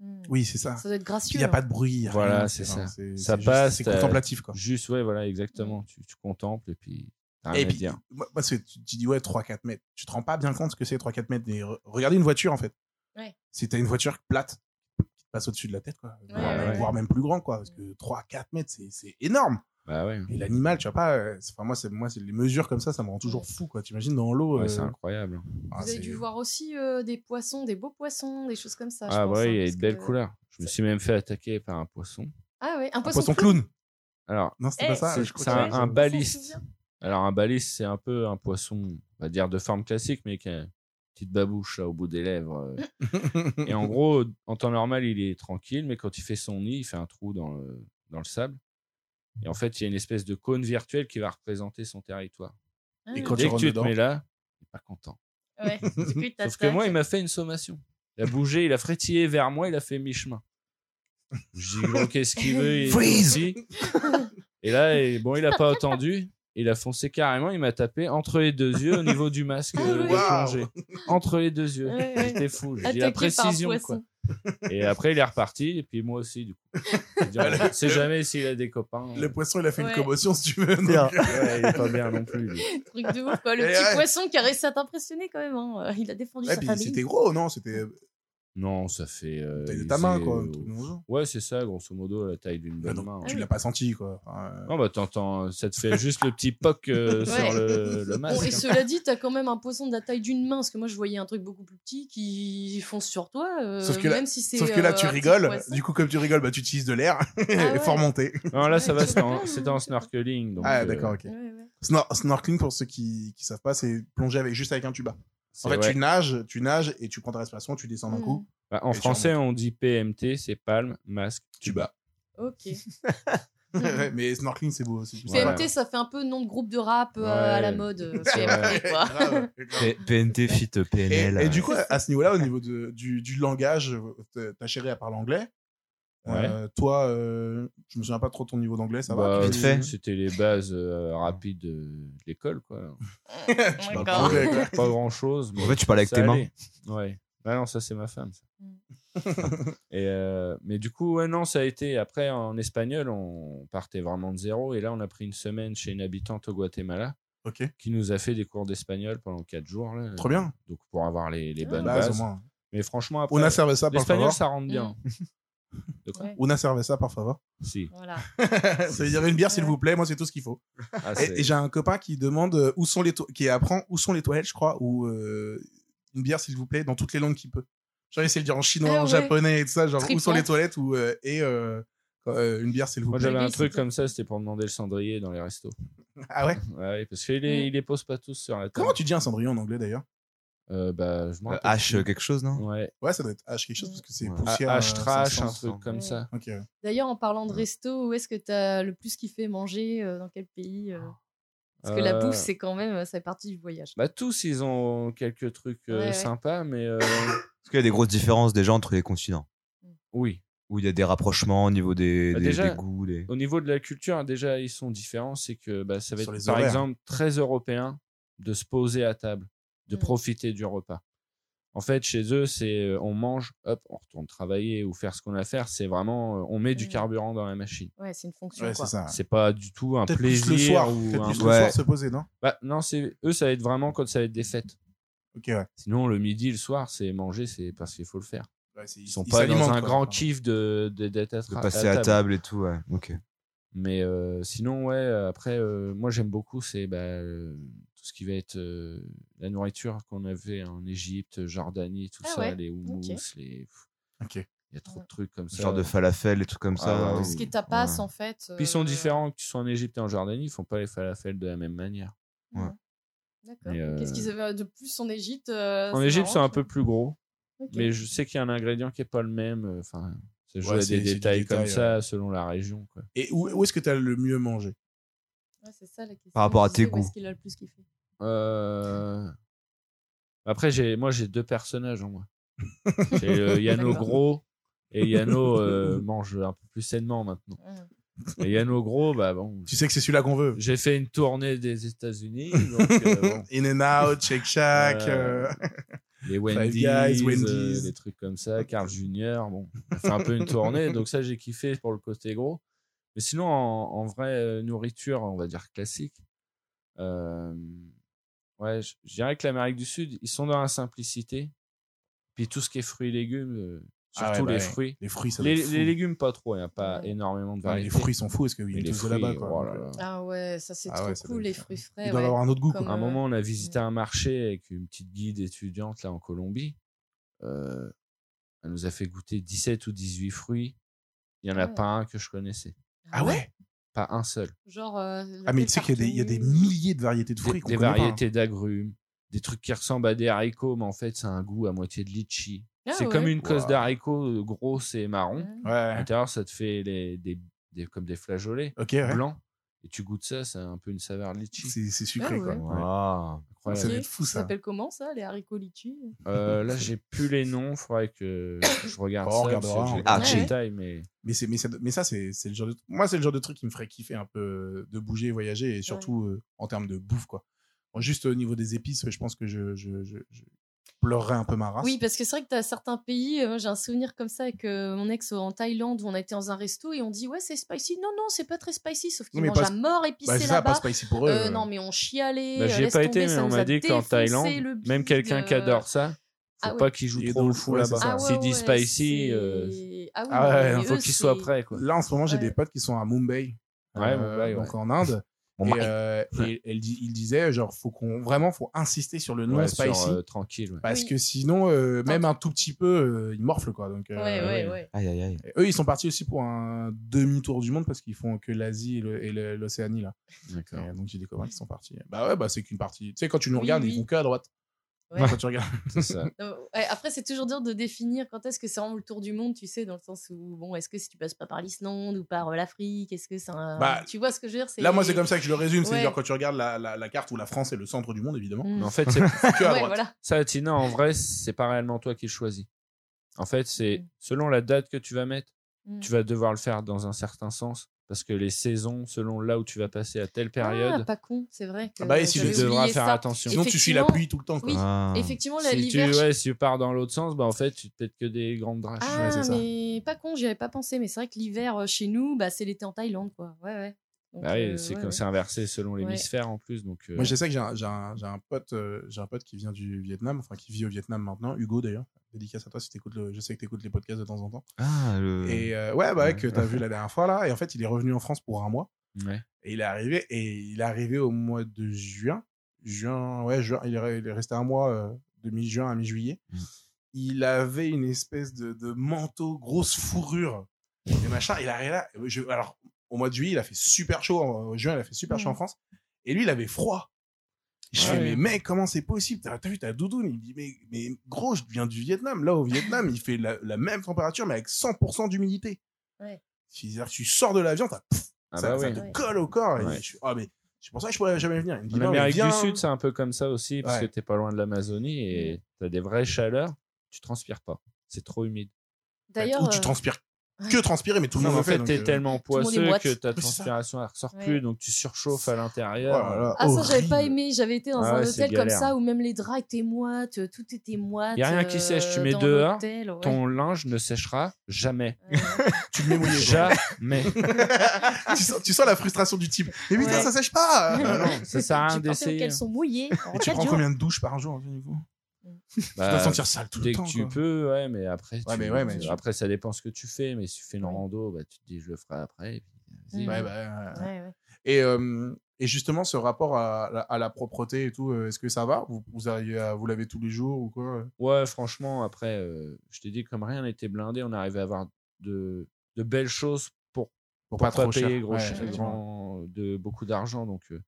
Mmh.
Oui, c'est ça.
Ça doit être gracieux.
Ah. Il n'y a
hein.
pas de bruit. il y a
Voilà,
rien,
c'est
enfin,
ça.
c'est-
Ça
c'est juste-
passe,
C'est
t'as-
contemplatif, quoi.
Juste, ouais, voilà, exactement. Tu, tu contemples et puis t'as rien
Et
à
puis,
dire.
moi- parce que tu tu dis, ouais, 3-4 mètres. Tu te rends pas bien compte ce que c'est 3-4 mètres. Mais re- regardez une voiture, en fait.
Ouais.
Si t'as une voiture plate qui te passe au-dessus de la tête, quoi.
Ouais,
voire,
ouais.
voire même plus grand, quoi. Parce que 3-4 mètres, c'est- c'est énorme.
Bah ouais,
Et l'animal, tu vois pas. euh, c'est- Enfin, moi, c'est moi, c'est les mesures comme ça, ça me rend toujours fou, quoi. T'imagines dans l'eau.
Ouais,
euh,
c'est incroyable.
ah,
Vous avez
c'est-
dû voir aussi euh, des poissons, des beaux poissons, des choses comme ça. je
Ah
pense,
ouais,
hein,
il y a
parce
de belles
que-
couleurs. Je me suis même fait attaquer par un poisson.
Ah ouais, un
Un
poisson,
poisson
clown.
clown.
Alors,
Non, c'était
Eh,
pas ça.
c'est
je crois
c'est
que
un,
c'est-
un baliste.
souviens.
Alors, un baliste, c'est un peu un poisson, on va dire, de forme classique, mais qui a une petite babouche là, au bout des lèvres. euh. Et en gros, en temps normal, il est tranquille, mais quand il fait son nid, il fait un trou dans le, dans le sable. Et en fait, il y a une espèce de cône virtuelle qui va représenter son territoire.
Ah
Et
oui.
quand tu
Dès que
rentres
tu te
dedans-
mets là, il est pas content.
Ouais, du coup, il
Sauf que moi,
t'attaque.
il m'a fait une sommation. Il a bougé, il a frétillé vers moi, il a fait mi-chemin. Je dis, gros, qu'est-ce qu'il veut il est
Freeze
gentil. Et là, et, bon, il a pas entendu. Il a foncé carrément, il m'a tapé entre les deux yeux au niveau du masque euh, de de
Waouh.
plongée. Entre les deux yeux.
Ouais, ouais.
J'étais fou. J'ai dit,
Attaqué
la
par
précision,
un
quoi.
poisson.
Et après, il est reparti, et puis moi aussi, du coup. Je veux dire,
Ah, le-
on sait
le-
jamais s'il a des copains.
Le poisson, il a fait une
Ouais.
commotion, si tu veux. donc-
Ouais, il est pas bien non plus. lui.
Truc de ouf, quoi. Le
Et
petit
ouais.
poisson qui a réussi à t'impressionner quand même. hein. Il a défendu
Ouais,
sa
puis
famille.
c'était gros, non C'était
Non, ça fait. euh,
taille de
il
ta main,
fait,
quoi.
euh,
un truc dans le genre.
Ah
Ouais, c'est ça, grosso modo, la taille d'une
Bah, donc,
bonne main.
tu
ouais.
l'as pas senti, quoi. Enfin, euh,
Non, bah t'entends, ça te fait juste le petit poc euh, sur
Ouais.
le, le
Bon,
masque. hein.
et cela dit, t'as quand même un poisson de la taille d'une main, parce que moi je voyais un truc beaucoup plus petit qui fonce sur toi, euh,
Sauf que là-
même si c'est.
Sauf que là,
euh,
tu
un petit
rigoles.
poisson. Ah
Du coup, comme tu rigoles, bah, tu utilises de l'air.
ouais.
Fort monté.
Non, Ah, là, ça va,
Ouais,
c'était
tu-
en, c'était en snorkeling. donc,
Ah,
euh,
d'accord, ok.
Ouais, ouais.
Snor- snorkeling, pour ceux qui, qui savent pas, c'est plonger avec, juste avec un tuba.
c'est-
En fait,
ouais.
tu nages, tu nages et tu prends ta respiration, tu descends d'un
Hmm.
coup,
Bah, en
et tu
français, on dit PMT, c'est palme, masque,
tu bats.
Hmm. Ok.
Ouais, Mais snorkeling, c'est beau. C'est tout
Voilà.
PMT, ça fait Mm. un peu nom de groupe de rap euh, à la
Ouais.
mode. euh,
Ouais.
PMT,
Ouais,
quoi.
grave, grave.
P- euh, PNT fit
Et,
PNL.
et du coup, à ce niveau-là, au niveau de- du, du langage, euh, ta chérie, elle parle anglais. Euh, toi, euh, je me souviens pas trop de ton niveau d'anglais, ça va
Bah,
vite fait.
C'était les bases euh, rapides euh, de l'école, quoi.
Tu parles pas
D'accord.
anglais, quoi.
Pas grand chose.
En fait, tu parlais avec tes mains.
Ouais. Ah non, ça, c'est ma femme. ça. et euh, mais du coup, ouais, non, ça a été. Après, en espagnol, on partait vraiment de zéro. Et là, on a pris une semaine chez une habitante au Guatemala
Ok,
qui nous a fait des cours d'espagnol pendant 4 jours. là.
trop bien.
Donc, pour avoir les, les bonnes
Base, au
bases.
moins.
Mais franchement, après,
On a servi ça, par
l'espagnol,
favor.
ça rentre bien.
Ouais.
On a servi ça, par favor.
Si.
Voilà.
ça veut dire une bière, s'il vous plaît. Moi, c'est tout ce qu'il faut.
Ah, c'est-
Et, et j'ai un copain qui demande euh, où sont les to- qui apprend où sont les toilettes, je crois, ou euh, une bière s'il vous plaît, dans toutes les langues qu'il peut. Genre essayer de dire en chinois,
Ah
en
ouais.
japonais et tout ça, genre où sont
Triplante.
les toilettes ou euh, et euh, euh, une bière s'il vous
Moi,
plaît.
j'avais un
Baby,
truc
c'est-
comme ça, c'était pour demander le cendrier dans les restos.
Ah ouais.
Ouais, parce qu'ils les,
Mm.
ils les posent pas tous sur la table.
Comment tu dis un cendrier en anglais d'ailleurs
Euh, bah, je m'en
Euh,
rappelle
H euh, quelque chose,
plus.
non
Ouais.
Ouais, ça doit être H quelque chose parce que c'est
Ouais.
poussière.
Ah,
euh,
H trash,
ça
un
sent-
truc comme
Ouais.
ça.
Ok. ouais.
D'ailleurs, en parlant de resto, où est-ce que t'as le plus kiffé manger euh, Dans quel pays euh Parce que la
Euh,
bouffe, c'est quand même, ça fait partie du voyage.
Bah, tous, ils ont quelques trucs euh,
Ouais, ouais.
sympas, mais euh,
Est-ce qu'il y a des grosses différences déjà entre les continents
oui.
Où il y a des rapprochements au niveau des,
Bah,
des-
déjà-
des goûts des...
Au niveau de la culture, hein, déjà, ils sont différents. C'est que bah, ça va
Sur
être,
les
par
horaires.
exemple, très européen de se poser à table, de
Mm.
profiter du repas. En fait, chez eux, c'est euh, on mange, hop, on retourne travailler ou faire ce qu'on a à faire. C'est vraiment, euh, on met du
Mm.
carburant dans la machine.
Ouais, c'est une fonction.
Ouais,
quoi.
c'est ça.
C'est pas du tout un
Ah. Peut-être plus
plaisir
le soir,
ou
peut-être
un-
plus
Ouais.
le soir se poser, non
Bah, non, c'est eux, ça va être vraiment quand ça va être des fêtes.
Ok, ouais.
Sinon, le midi, le soir, c'est manger, c'est parce qu'il faut le faire.
Ouais, c'est-
Ils sont
ils
pas dans
s'alimentent,
un
quoi.
grand kiff de de- d'être à,
De
tra-
passer
à
à
table.
table et tout, ouais. Ok.
Mais euh, sinon, ouais. euh, Après, euh, moi, j'aime beaucoup c'est bah, euh, tout ce qui va être euh, la nourriture qu'on avait en Égypte, Jordanie, tout
Ah
ça,
ouais,
les houmous,
ok.
les. pff,
Ok.
Il y a trop de trucs comme ça.
Genre de falafel et tout comme ça.
Ah ouais,
ouais.
oui.
Tout ce qui est tapas,
Ouais.
en fait.
Puis ils sont
euh,
différents que tu sois en Égypte et en Jordanie, ils font pas les falafels de la même manière.
D'accord.
Mais, euh,
Qu'est-ce qu'ils avaient de plus en Égypte euh,
en Égypte,
marrant,
c'est un
ça.
peu plus gros.
Ok.
Mais je sais qu'il y a un ingrédient qui est pas le même. euh, Enfin, ça joue
Ouais,
à
c'est-
des
c'est du
détails comme
détail,
ça selon la région. Quoi.
Et où, où est-ce que t'as le mieux mangé
Ouais, c'est ça la question.
Par rapport à
Je disais,
tes
où Est-ce
goûts.
qu'il a le plus kiffé
Euh, Après, j'ai, moi, j'ai deux personnages en moi. J'ai le Yano
D'accord.
Gros Et Yano euh, mange un peu plus sainement maintenant. Et Yano Gros, bah bon.
Tu sais que c'est celui-là qu'on veut.
J'ai fait une tournée des États-Unis. donc, euh, bon,
In and out, Shake Shack.
Euh,
euh,
les
Five
Wendy's,
Guys,
euh,
Wendy's.
des trucs comme ça, Carl Junior, bon, on fait un peu une tournée, donc ça j'ai kiffé pour le côté gros. Mais sinon, en, en vraie euh, nourriture, on va dire classique, euh, ouais, je je dirais que l'Amérique du Sud, ils sont dans la simplicité. Puis tout ce qui est fruits et légumes, euh,
Ah ouais,
surtout
bah
les
ouais.
fruits.
Les fruits, ça doit
Les,
être fou.
les légumes, pas trop, il n'y a pas
Ouais.
énormément de
Ouais, les
variétés.
fruits sont fous parce qu'il y a
Mais
une
les
tous de
fruits,
là-bas. quoi.
oh là là.
Ah ouais, ça c'est
Ah
trop
ouais, ça doit
cool,
être-
les fruits frais.
Ils doivent
ouais.
avoir un autre goût.
Comme-
quoi.
À un
Euh,
moment, on a visité un marché avec une petite guide étudiante là en Colombie. Euh, elle nous a fait goûter 17 ou 18 fruits. Il n'y en a
Ah Ouais.
pas un que je connaissais.
Ah ouais
Pas un seul.
Genre. euh, la
Ah, mais
tête
tu sais qu'il y a des- il y, a des
partout.
milliers de variétés de fruits
Des,
qu'on
des
connaît pas, hein.
variétés d'agrumes, des trucs qui ressemblent à des haricots, mais en fait, c'est un goût à moitié de litchi.
Ah
c'est
ouais.
comme une
Wow.
cosse d'haricots euh, grosse et marron.
Ouais.
hein. Ouais.
À l'intérieur, ça te fait les- des, des- comme des flageolets
Ok, ouais.
blancs. Et tu goûtes ça, c'est un peu une saveur litchi.
C'est c'est sucré,
Ah
quoi.
ouais.
Ah.
Incroyable.
Ça doit
Ok.
être fou, ça.
s'appelle comment ça Les haricots litchi
Euh, là, j'ai plus les noms. Faudrait que je regarde
Oh, on
ça. parce que
regardera,
j'ai
on
pas
regardera.
le
Archie.
détail, mais
Mais, c'est- mais, ça- mais ça, c'est c'est le genre de... Moi, c'est le genre de truc qui me ferait kiffer un peu euh, de bouger, voyager, et surtout euh, en termes de bouffe, quoi. Bon, juste au niveau des épices, je pense que je, je, je, je pleurerais un peu ma race. Bah,
Oui, parce que c'est vrai que tu as certains pays, euh, moi, j'ai un souvenir comme ça avec euh, mon ex en Thaïlande où on a été dans un resto et on dit ouais c'est spicy. Non, non, c'est pas très spicy, sauf qu'ils
mais
mangent
pas-
à mort
Bah,
épicé
c'est ça,
là-bas.
passe pas ici pour eux.
Euh,
euh.
non, mais on chialait.
Bah,
euh,
j'y ai
laisse
pas
tomber,
été, mais
ça
on
nous
m'a
a
dit qu'en
défoncé le
Thaïlande,
bide,
même quelqu'un qui
euh,
adore ça, faut
Ah ouais.
pas qu'il joue
Il est
trop
dans
au
le
fou
ouais, c'est
là-bas.
ça.
Ah
S'il dit
ouais,
spicy,
c'est-
euh,
Ah oui,
Ah ouais,
mais
faut
eux,
qu'il soit
c'est-
prêt. Quoi.
Là, en ce moment, j'ai
Ouais.
des potes qui sont à Mumbai. euh,
Ouais, Mumbai,
donc
ouais.
en Inde. Et,
Mumbai.
euh, et elle dit, il disait, genre, faut qu'on vraiment, faut insister sur le non
Ouais,
spicy.
sur, euh, tranquille. ouais.
Parce
Oui.
que sinon, euh, même un tout petit peu, euh, ils morflent, quoi. Donc, euh,
Ouais, ouais,
ouais.
ouais.
Aïe, aïe, aïe.
Et Eux, ils sont partis aussi pour un demi-tour du monde parce qu'ils font que l'Asie et le- et le- l'Océanie, là.
D'accord.
Et donc, j'ai des copains qui sont partis. Bah ouais, bah c'est qu'une partie. Tu sais, quand tu nous
Oui,
regardes,
oui.
ils vont que à droite.
Ouais.
Quand tu regardes.
C'est ça.
Euh, ouais, Après, c'est toujours dur de définir quand est-ce que c'est vraiment le tour du monde, tu sais, dans le sens où, bon, est-ce que si tu passes pas par l'Islande ou par euh, l'Afrique, est-ce que c'est un.
Bah,
tu vois ce que je veux dire
Là, moi, c'est comme ça que je le résume. C'est
Ouais.
genre quand tu regardes la, la, la carte où la France est le centre du monde, évidemment.
Mm.
Mais en fait, c'est
Que à
Ouais,
droite.
voilà.
ça, Tina, en vrai, c'est pas réellement toi qui le choisis. En fait, c'est
Mm.
selon la date que tu vas mettre,
Mm.
tu vas devoir le faire dans un certain sens. Parce que les saisons, selon là où tu vas passer à telle
Ah,
période,
pas con, c'est vrai. Que
Ah bah, et si
tu
j'avais
devras
oublié
faire
ça.
attention.
Sinon, tu suis la
Effectivement.
pluie tout le temps. Quoi.
Oui.
Ah.
Effectivement, la
si tu,
l'hiver. je-
ouais, si tu pars dans l'autre sens, bah en fait, tu te pètes que des grandes draches.
Ah,
Ouais, c'est ça.
mais pas con, j'y avais pas pensé. Mais c'est vrai que l'hiver euh, chez nous, bah, c'est l'été en Thaïlande, quoi. Ouais, ouais. Donc,
Bah oui,
euh,
c'est
ouais,
comme
ouais.
c'est inversé selon
Ouais.
l'hémisphère en plus. Donc, euh,
Moi, je sais que j'ai un, j'ai un, j'ai un pote, euh, j'ai un pote qui vient du Vietnam, enfin qui vit au Vietnam maintenant, Hugo d'ailleurs. Dédicace à toi si t'écoutes le, je sais que t'écoutes les podcasts de temps en temps.
Ah, le.
Et euh, ouais, bah,
Ouais.
que t'as vu la dernière fois là. Et en fait, il est revenu en France pour un mois.
ouais.
Et il est arrivé, et il est arrivé au mois de juin. Juin, ouais, juin. Il est, re- il est resté un mois, euh, de mi-juin à mi-juillet.
Mm.
Il avait une espèce de, de manteau, grosse fourrure et machin. Il arrive là. je- alors, au mois de juillet, il a fait super chaud. En en juin, il a fait super chaud en
Mm.
France. Et lui, il avait froid. Je
Ouais.
fais, mais mec, comment c'est possible T'as t'as vu, t'as doudoune. Il me dit, mais, mais gros, je viens du Vietnam. Là, au Vietnam, il fait la, la même température, mais avec 100% d'humidité.
Ouais.
C'est-à-dire que tu sors de l'avion, t'as
Ah
ça,
bah
ça
oui.
te
Ouais.
colle au corps. Et
Ouais.
je suis, ah, mais c'est pour ça que je pourrais jamais venir. Il me dit,
En
non, mais
Amérique
viens.
du Sud, c'est un peu comme ça aussi, parce
Ouais.
que t'es pas loin de l'Amazonie et t'as des vraies chaleurs, tu transpires pas. C'est trop humide.
D'ailleurs,
Ou tu
euh,
transpires que transpirer, mais tout le monde
en
en fait.
fait,
donc,
t'es
euh,
tellement
le monde
poisseux
est moite.
que ta
Oui, c'est ça.
transpiration elle ressort
Ouais.
plus, donc tu surchauffes à
oh
l'intérieur.
là là,
Ah, ça, j'avais pas
horrible.
aimé. J'avais été dans
Ah
un
ouais, c'est
hôtel comme
galère.
ça où même les draps étaient moites, euh, tout était moite.
Y a rien qui
euh,
sèche, tu mets
dans
dehors,
l'hôtel, ouais.
Ton linge ne séchera jamais.
Ouais.
Tu me mets mouillé, quoi.
Jamais.
tu, sens, tu sens la frustration du type. Mais putain,
Ouais.
ça sèche pas.
Ah non, ça sert à rien euh,
Tu portais
d'essayer.
auxquelles sont mouillées. en
Et tu
quatre
prends
jours.
combien de Euh, douches par jour en fait, du coup Tu dois
Bah,
sentir sale tout
Dès
le
que
temps.
tu
quoi.
peux, ouais, mais après,
Ouais,
tu-
mais ouais, mais-
tu- après ça dépend ce que tu fais. Mais si tu fais une
Oui.
rando, bah, tu te dis je le ferai après. Et puis, euh, vas-y.
Mm.
Ouais, bah, ouais.
Ouais, ouais.
Et, euh, et justement, ce rapport à, la- à la propreté et tout, euh, est-ce que ça va vous, vous arrivez à vous laver tous les jours ou quoi
Ouais, franchement, après, euh, je t'ai dit, comme rien n'était blindé, on arrivait à avoir de, de belles choses pour,
Pour
pas, payer gros
Ouais,
cher-
effectivement.
grand- de beaucoup d'argent. Donc, euh,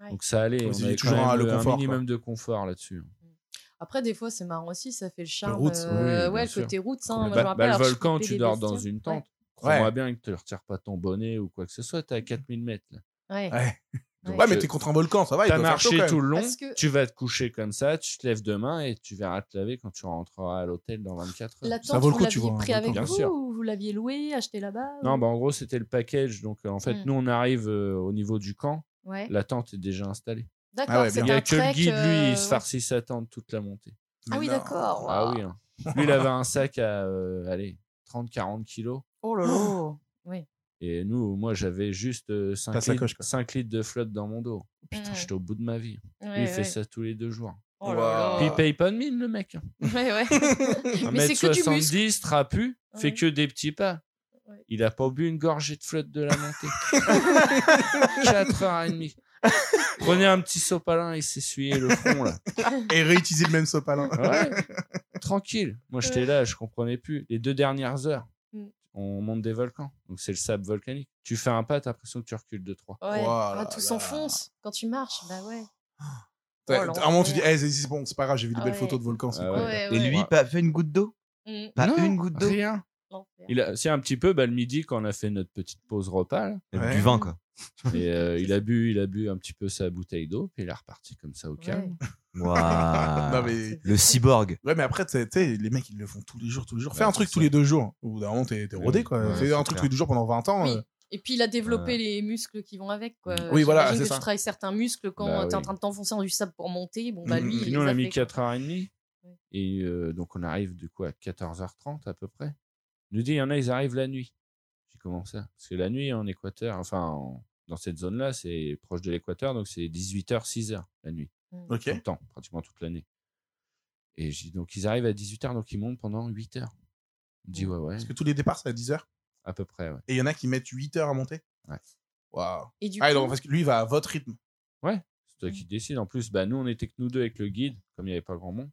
Ouais.
donc ça allait.
Vous
On
étiez
avait
toujours
quand
à
même
le
un
confort,
minimum de confort là-dessus. hein.
Après, des fois, c'est marrant aussi, ça fait le charme.
roots,
euh,
oui, bien
ouais, le
sûr.
côté roots. Hein,
Comme le ba-
moi, je me
Bah,
rappelle,
le
alors, je
volcan,
chopais
tu
des
dors dans
bestiaux.
une tente.
Ouais.
Crois-moi
Ouais.
bien que tu ne retires pas ton bonnet ou quoi que ce soit. T'es à 4000 mètres. là.
Ouais.
Ouais.
Ouais.
Ouais, mais
Je-
t'es contre un volcan, ça va. Ah, il
T'as
doit faire chaud,
marché
quand même.
tout le long,
Parce que-
tu vas te coucher comme ça, tu te lèves demain et tu verras te laver quand tu rentreras à l'hôtel dans 24 heures.
La
Ça
tente,
vaut le
vous
coup, tu
l'aviez
vois,
pris
hein,
avec
bien
vous
sûr.
ou vous l'aviez loué, acheté là-bas
Non,
ou-
bah en gros, c'était le package. Donc, euh, en fait,
Hmm.
nous, on arrive euh, au niveau du camp.
Ouais.
La tente est déjà installée.
D'accord,
Ah ouais,
c'est
bien.
Il n'y a
un
que le
trek,
guide, lui,
euh,
il se farcit sa tente toute la montée.
Ah oui,
Non.
d'accord.
Ah oui. hein. Lui, il avait un sac à, euh, allez, 30-40 kilos.
Oh là là. Oui.
Et nous, moi, j'avais juste euh,
Ta
5,
sacoche,
litres,
quoi.
5 litres de flotte dans mon dos. Putain,
Mm.
j'étais au bout de ma vie.
Ouais,
Lui, il fait
ouais.
ça tous les deux jours.
Oh là
Wow.
Puis
là.
il paye pas de mine, le mec.
Ouais, ouais. Mais c'est que du muscle.
1m70, trapu,
Ouais.
fait que des petits pas.
Ouais.
Il a pas bu une gorgée de flotte de la montée. 4h30. Prenez un petit sopalin et s'essuyez le front, là.
Et réutiliser le même sopalin.
Ouais. Tranquille. Moi, j'étais là, je comprenais plus. Les deux dernières heures,
Mm.
on monte des volcans. Donc, c'est le sable volcanique. Tu fais un pas, t'as l'impression que tu recules de 3.
Ouais.
Oh
Ah,
là
tout
là.
s'enfonce quand tu marches. Bah ouais.
T'as-
Oh,
t'as- à un moment, tu dis,
l'enfer.
eh, c'est- c'est bon, c'est pas grave, j'ai vu des
Ah
belles
ouais.
photos de volcans. c'est
Ah
cool.
ouais,
Et
ouais.
lui, pas fait une goutte d'eau
Mm,
Pas une goutte d'eau
Rien.
l'enfer.
Il a, c'est un petit peu, bah, le midi, quand on a fait notre petite pause repas, là,
Et
Ouais.
Du vin, quoi.
et, euh, il, a bu, il a bu un petit peu sa bouteille d'eau, puis il est reparti comme ça au calme.
Waouh.
Non, mais...
Le cyborg.
Ouais, mais après, t'sais, t'sais, les mecs, ils le font tous les jours, tous les jours. Fais
Ouais,
un truc
c'est
tous
ça.
les deux jours. Ou d'un moment, t'es t'es rodé,
Ouais.
quoi.
Ouais,
Fais
c'est
un truc
clair.
tous les deux jours pendant 20 ans.
Oui.
euh.
Et puis il a développé les muscles qui vont avec. Quoi.
Oui, voilà,
J'imagine
c'est
que
ça.
Tu travailles certains muscles quand
Bah
tu t'es en
oui.
train de t'enfoncer dans du sable pour monter. Bon, bah
Mhm.
lui.
Puis
il
Puis nous, on
les
a mis
fait, quoi.
4h30.
Ouais.
Et euh, donc, on arrive du coup à 14h30 à peu près. Il nous dit, il y en a, ils arrivent la nuit. J'ai dit, comment ça Parce que la nuit en Équateur, enfin, en- dans cette zone-là, c'est proche de l'Équateur, donc c'est 18h, 6h la nuit.
Ok.
Tout le temps, pratiquement toute l'année. Et j'ai dit, donc ils arrivent à 18h, donc ils montent pendant 8h. Il me dit, ouais, ouais,
Parce que tous les départs, c'est à 10 heures.
à peu près, ouais.
Et il y en a qui mettent 8 heures à monter.
Ouais.
Waouh.
Et du
Ah,
coup,
donc, parce que lui, il va à votre rythme.
C'est
Mm.
toi qui décides. En plus, bah, nous, on était que nous deux avec le guide, comme il n'y avait pas grand monde.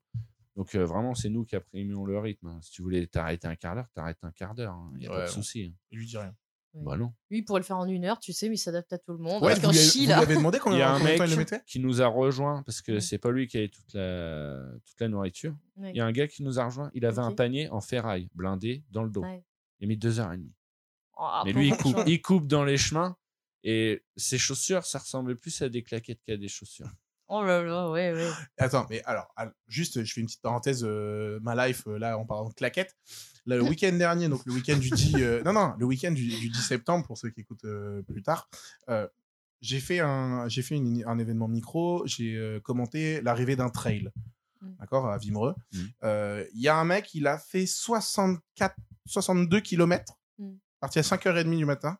Donc, euh, vraiment, c'est nous qui imprimions le rythme. hein. Si tu voulais t'arrêter un quart d'heure, t'arrêtes un quart d'heure. hein. Il n'y a
Ouais,
pas de
bon.
souci. hein.
Il lui dit rien.
Ouais.
Bah non.
lui, il pourrait le faire en une heure, tu sais, mais il s'adapte à tout le monde.
Ouais,
Parce
vous
qu'en
lui avez-
Chili,
vous lui
là.
avez demandé
Il y
combien
a un
combien de temps il le
mec
mettait
qui nous a rejoint parce que
Ouais.
c'est pas lui qui avait toute la, toute la nourriture.
Ouais.
Il y a un gars qui nous a rejoint. Il avait
Ok.
un panier en ferraille blindé dans le dos.
Ouais.
Il a mis deux heures et demie.
Oh,
Mais lui, il
pauvre
coupe,
Jean.
il coupe dans les chemins. Et ses chaussures, ça ressemblait plus à des claquettes qu'à des chaussures.
Oh là là, ouais, ouais.
Attends, mais alors, al- juste, je fais une petite parenthèse, euh, ma life, euh, là, en parlant de claquettes. Là, le week-end dernier, donc le week-end du 10... euh, non, non, le week-end du, du 10 septembre, pour ceux qui écoutent euh, plus tard, euh, j'ai fait, un, j'ai fait une- un événement micro, j'ai euh, commenté l'arrivée d'un trail,
Mm.
d'accord, à Vimereux.
Mm.
Euh, Il y a un mec, il a fait 64, 62 km,
Mm.
parti à 5h30 du matin,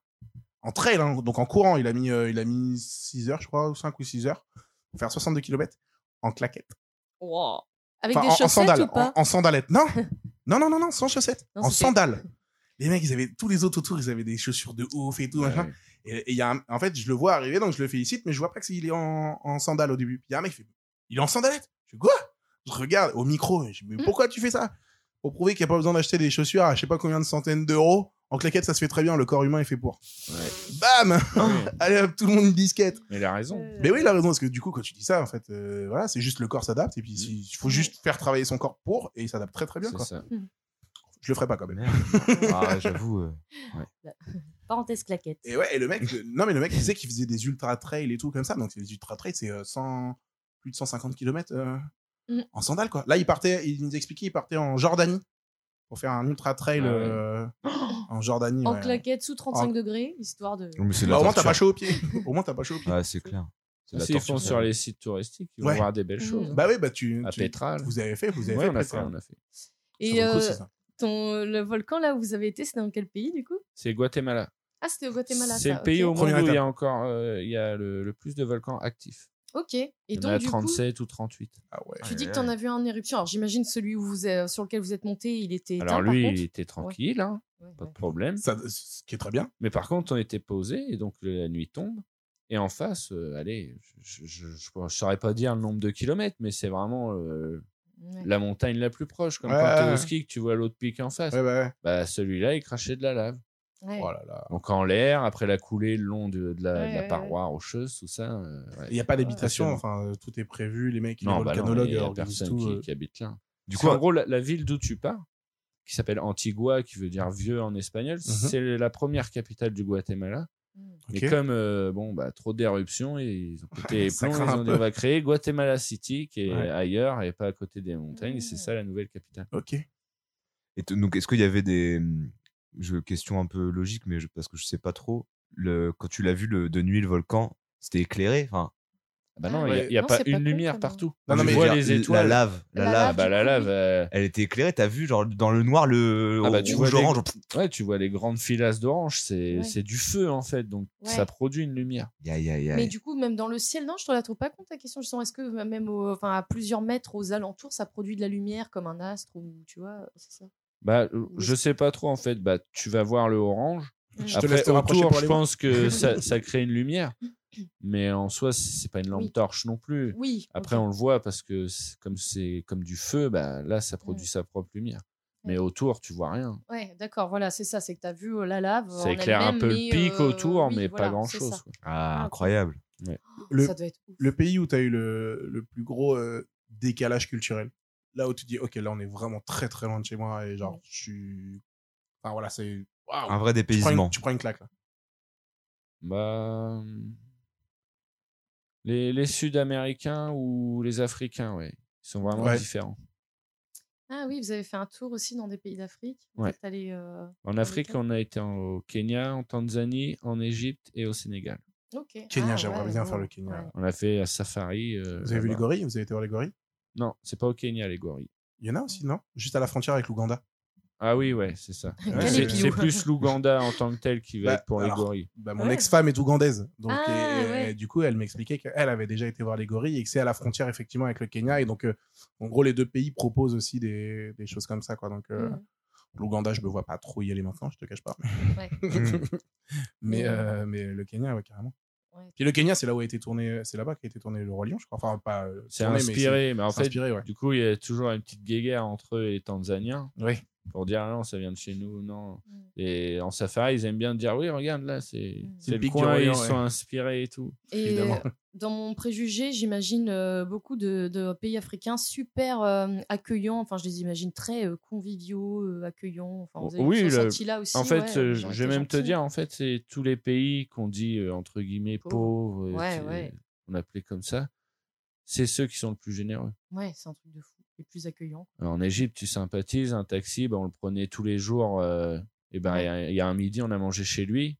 en trail, hein, donc en courant, il a mis, euh, il a mis 6 heures, je crois, ou 5 ou 6 heures, pour faire 62 km en claquettes.
Wow. Avec
Enfin,
des
en- en,
chaussettes
sandales,
ou pas
en, en sandalettes. Non, non, non, non, non, sans chaussettes,
Non,
en
c'était-
sandales. Les mecs, ils avaient tous les autres autour, ils avaient des chaussures de ouf et tout. machin.
Ouais.
Et, et il y a un- en fait, je le vois arriver, donc je le félicite, mais je vois pas qu'il est en, en sandales au début. Puis Il y a un mec qui fait, il est en sandalettes. Je fais quoi Je regarde au micro, je dis, mais
Mm.
pourquoi tu fais ça Pour prouver qu'il n'y a pas besoin d'acheter des chaussures à je sais pas combien de centaines d'euros. En claquette, ça se fait très bien, le corps humain est fait pour. Bam
Ah.
Ouais.
Allez hop, tout le monde une disquette.
Mais il a
Euh,
raison.
Mais oui, il a raison, parce que du coup, quand tu dis ça, en fait, euh, voilà, c'est juste le corps s'adapte, et puis si- il faut juste faire travailler son corps pour, et il s'adapte très très bien.
C'est
quoi.
ça.
Je le ferai pas quand même.
Merde. Ah, j'avoue. euh,
Parenthèse claquette.
Et ouais, et le mec, le- non mais le mec disait qu'il faisait des ultra trails et tout comme ça. Donc les ultra trails, c'est euh, 100 plus de 150 km
Mm.
euh, en sandales quoi. Là, il partait, il nous expliquait, il partait en Jordanie pour faire un ultra trail
Ah ouais.
euh, en Jordanie.
En
ouais.
claquette sous 35
En-
degrés, histoire de.
mais c'est de
Bah,
la
au moins t'as
torture.
pas chaud aux pieds. au moins t'as pas chaud aux pieds.
Ouais, c'est clair. C'est de la
S'ils
torture.
font sur les sites touristiques, ils vont
Ouais.
voir des belles
Mm.
choses. hein.
Bah oui, bah tu,
à
tu-
Pétrale.
vous avez fait, vous avez
Ouais,
fait. hein.
on
Pétrale.
a fait, on a fait.
Sur
Et
le coup,
euh,
c'est ça.
ton, le volcan là où vous avez été, c'est dans quel pays du coup
C'est Guatemala.
Ah, c'était au Guatemala.
C'est
ça,
le pays
ok.
au monde
Première
où il y a
étape.
encore euh, il y a le, le plus de volcans actifs.
Ok. Et
il y en a
donc, du coup,
37 ou 38.
Ah ouais.
tu dis que tu en as vu un en éruption. Alors, j'imagine celui où vous êtes- sur lequel vous êtes monté, il était éteint.
Alors lui,
par
il
contre.
était tranquille, hein,
Ouais,
pas
ouais.
de problème.
Ça, ce qui est très bien.
Mais par contre, on était posé et donc la nuit tombe. Et en face, euh, allez, je je- je- je- je saurais pas dire le nombre de kilomètres, mais c'est vraiment euh,
Ouais.
la montagne la plus proche. Comme
Ouais,
quand t'es
ouais.
au ski, que tu vois l'autre pic en face.
Ouais, bah ouais.
Bah, Celui-là, il crachait de la lave.
Ouais.
Oh là là.
Donc en l'air, après la coulée le long de, de la, de
Ouais,
la
ouais,
paroi rocheuse, tout ça. euh, ouais.
Il n'y a pas
Ah,
d'habitation,
Ouais.
enfin euh, tout est prévu, les mecs, les
Non, bah non, mais
volcanologues
il y a
organisent
personne
tout.
qui,
euh.
qui habite là.
Du
Du
coup,
coup, en gros, la, la ville d'où tu pars, qui s'appelle Antigua, qui veut dire vieux en espagnol, c'est la première capitale du Guatemala. Et
Mm-hmm. Ok.
comme euh, bon, bah, trop d'éruptions, ils ont pété les
Ça
plombs, ils
craint un
ont dit
peu.
on va créer Guatemala City, qui est
Ouais.
ailleurs et pas à côté des montagnes. et C'est
Mmh.
ça la nouvelle capitale.
Ok.
Oh,
Et t- donc, est-ce qu'il y avait des hum, je, question un peu logique, mais je- parce que je sais pas trop. Le, quand tu l'as vu le, de nuit, le volcan, c'était éclairé. Enfin,
Ah Bah
Ah
non, il
ouais.
n'y a,
Non,
pas
c'est
une
pas con,
lumière
comme-
partout.
Non, non,
je
tu
mais
veux
vois
dire,
les
l-
étoiles.
La lave, la,
La
lave.
Ah bah
du
la
coup,
lave,
oui.
euh,
Elle était éclairée. T'as vu genre dans le noir le
Ah bah, tu
tu
vois
rouge,
des-
l'orange.
ouais, tu vois les grandes filasses d'orange, c'est
Ouais.
c'est du feu en fait, donc
Ouais.
ça produit une lumière.
Aïe, aïe,
Mais
aïe.
du coup, même dans le ciel, non, je te la trouve pas compte ta question. Je sens, est-ce que euh, même au- enfin, à plusieurs mètres aux alentours, ça produit de la lumière comme un astre ou tu vois, c'est ça.
Bah, euh, je sais pas trop en fait. Bah, tu vas voir le orange.
Mm.
Je te laisse
Après,
te rapprocher
autour,
pour
je
aller voir.
pense que ça, ça crée une lumière, mais en soi, c'est c'est pas une lampe
Oui.
torche non plus.
Oui.
Après,
ok.
on le voit parce que c'est- comme c'est comme du feu, bah, là, ça produit
Ouais.
sa propre lumière. Mais
Ouais.
autour, tu vois rien.
Ouais, d'accord, voilà, c'est ça, c'est que tu as vu euh, la lave. en
Ça éclaire un
elle-même,
peu le
mais,
pic
euh,
autour,
oui,
mais pas
voilà, c'est
grand-chose.
ça.
quoi.
Ah,
ok.
incroyable.
Le,
Ça doit être ouf.
le pays où tu as eu le, le plus gros euh, décalage culturel. Là où tu dis, ok, là on est vraiment très très loin de chez moi et genre,
Ouais.
je suis. Enfin voilà, c'est. Waouh!
Un vrai
tu, prends
dépaysement.
une, tu prends une claque là.
Bah, hum, les, les Sud-Américains ou les Africains, ouais, ils sont vraiment
Ouais.
différents.
Ah oui, vous avez fait un tour aussi dans des pays d'Afrique.
Ouais.
Vous êtes allé, euh,
En Afrique,
lequel
on a été en- au Kenya, en Tanzanie, en Égypte et au Sénégal.
Ok.
Kenya,
Ah,
j'aimerais
ouais,
bien
bon,
faire le Kenya.
ouais.
On a fait un safari. euh,
Vous avez vu les
là-bas.
gorilles? Vous avez été voir les gorilles?
Non, c'est pas au Kenya les gorilles.
Il y en a aussi, non? Juste à la frontière avec l'Ouganda.
Ah oui, ouais, c'est ça.
Ouais,
C'est-
les pilous.
c'est plus l'Ouganda en tant que tel qui va
Bah,
être pour les
alors,
gorilles.
Bah, mon
Ouais.
ex-femme est ougandaise. Donc,
Ah,
et- et-
ouais.
et du coup, elle m'expliquait qu'elle avait déjà été voir les gorilles et que c'est à la frontière, effectivement, avec le Kenya. Et donc, euh, en gros, les deux pays proposent aussi des, des choses comme ça, quoi. Donc, euh,
Mhm.
l'Ouganda, je me vois pas trop y aller maintenant, je te cache pas.
Ouais.
Mm.
mais,
Mhm.
euh, mais le Kenya, ouais, carrément.
Ouais.
Puis le Kenya, c'est là où a été tourné, c'est là-bas qu'a été tourné le Roi Lion, je crois. Enfin, pas. euh,
C'est
tourné, mais
inspiré, mais en
c'est
fait,
inspiré, ouais.
du coup, il y a toujours une petite guéguerre entre eux et les Tanzaniens
Oui.
pour dire ah non, ça vient de chez nous, non.
Mm.
Et en safari, ils aiment bien dire oui, regarde là, c'est
Mm.
c'est
Le
le
pic du
coin, ils
Orient, ouais.
sont inspirés et tout.
Et
Évidemment.
euh, dans mon préjugé, j'imagine euh, beaucoup de, de pays africains super euh, accueillants. Enfin, je les imagine très euh, conviviaux, euh, accueillants. Enfin, vous avez
Oh, Oui,
ce
le-
ressenti-là aussi.
en fait,
ouais,
euh,
les
je
gens
je vais
étaient
même te
gentils.
dire, en fait, c'est tous les pays qu'on dit euh, entre guillemets pauvres,
Pauvres.
euh,
Ouais,
qui-
ouais.
on appelait comme ça, c'est ceux qui sont le plus généreux.
Ouais, c'est un truc de fou. Les plus accueillants.
Alors, En Égypte, tu sympathises, un taxi, ben, on le prenait tous les jours. euh, et ben, il y a- il y, a un midi, on a mangé chez lui.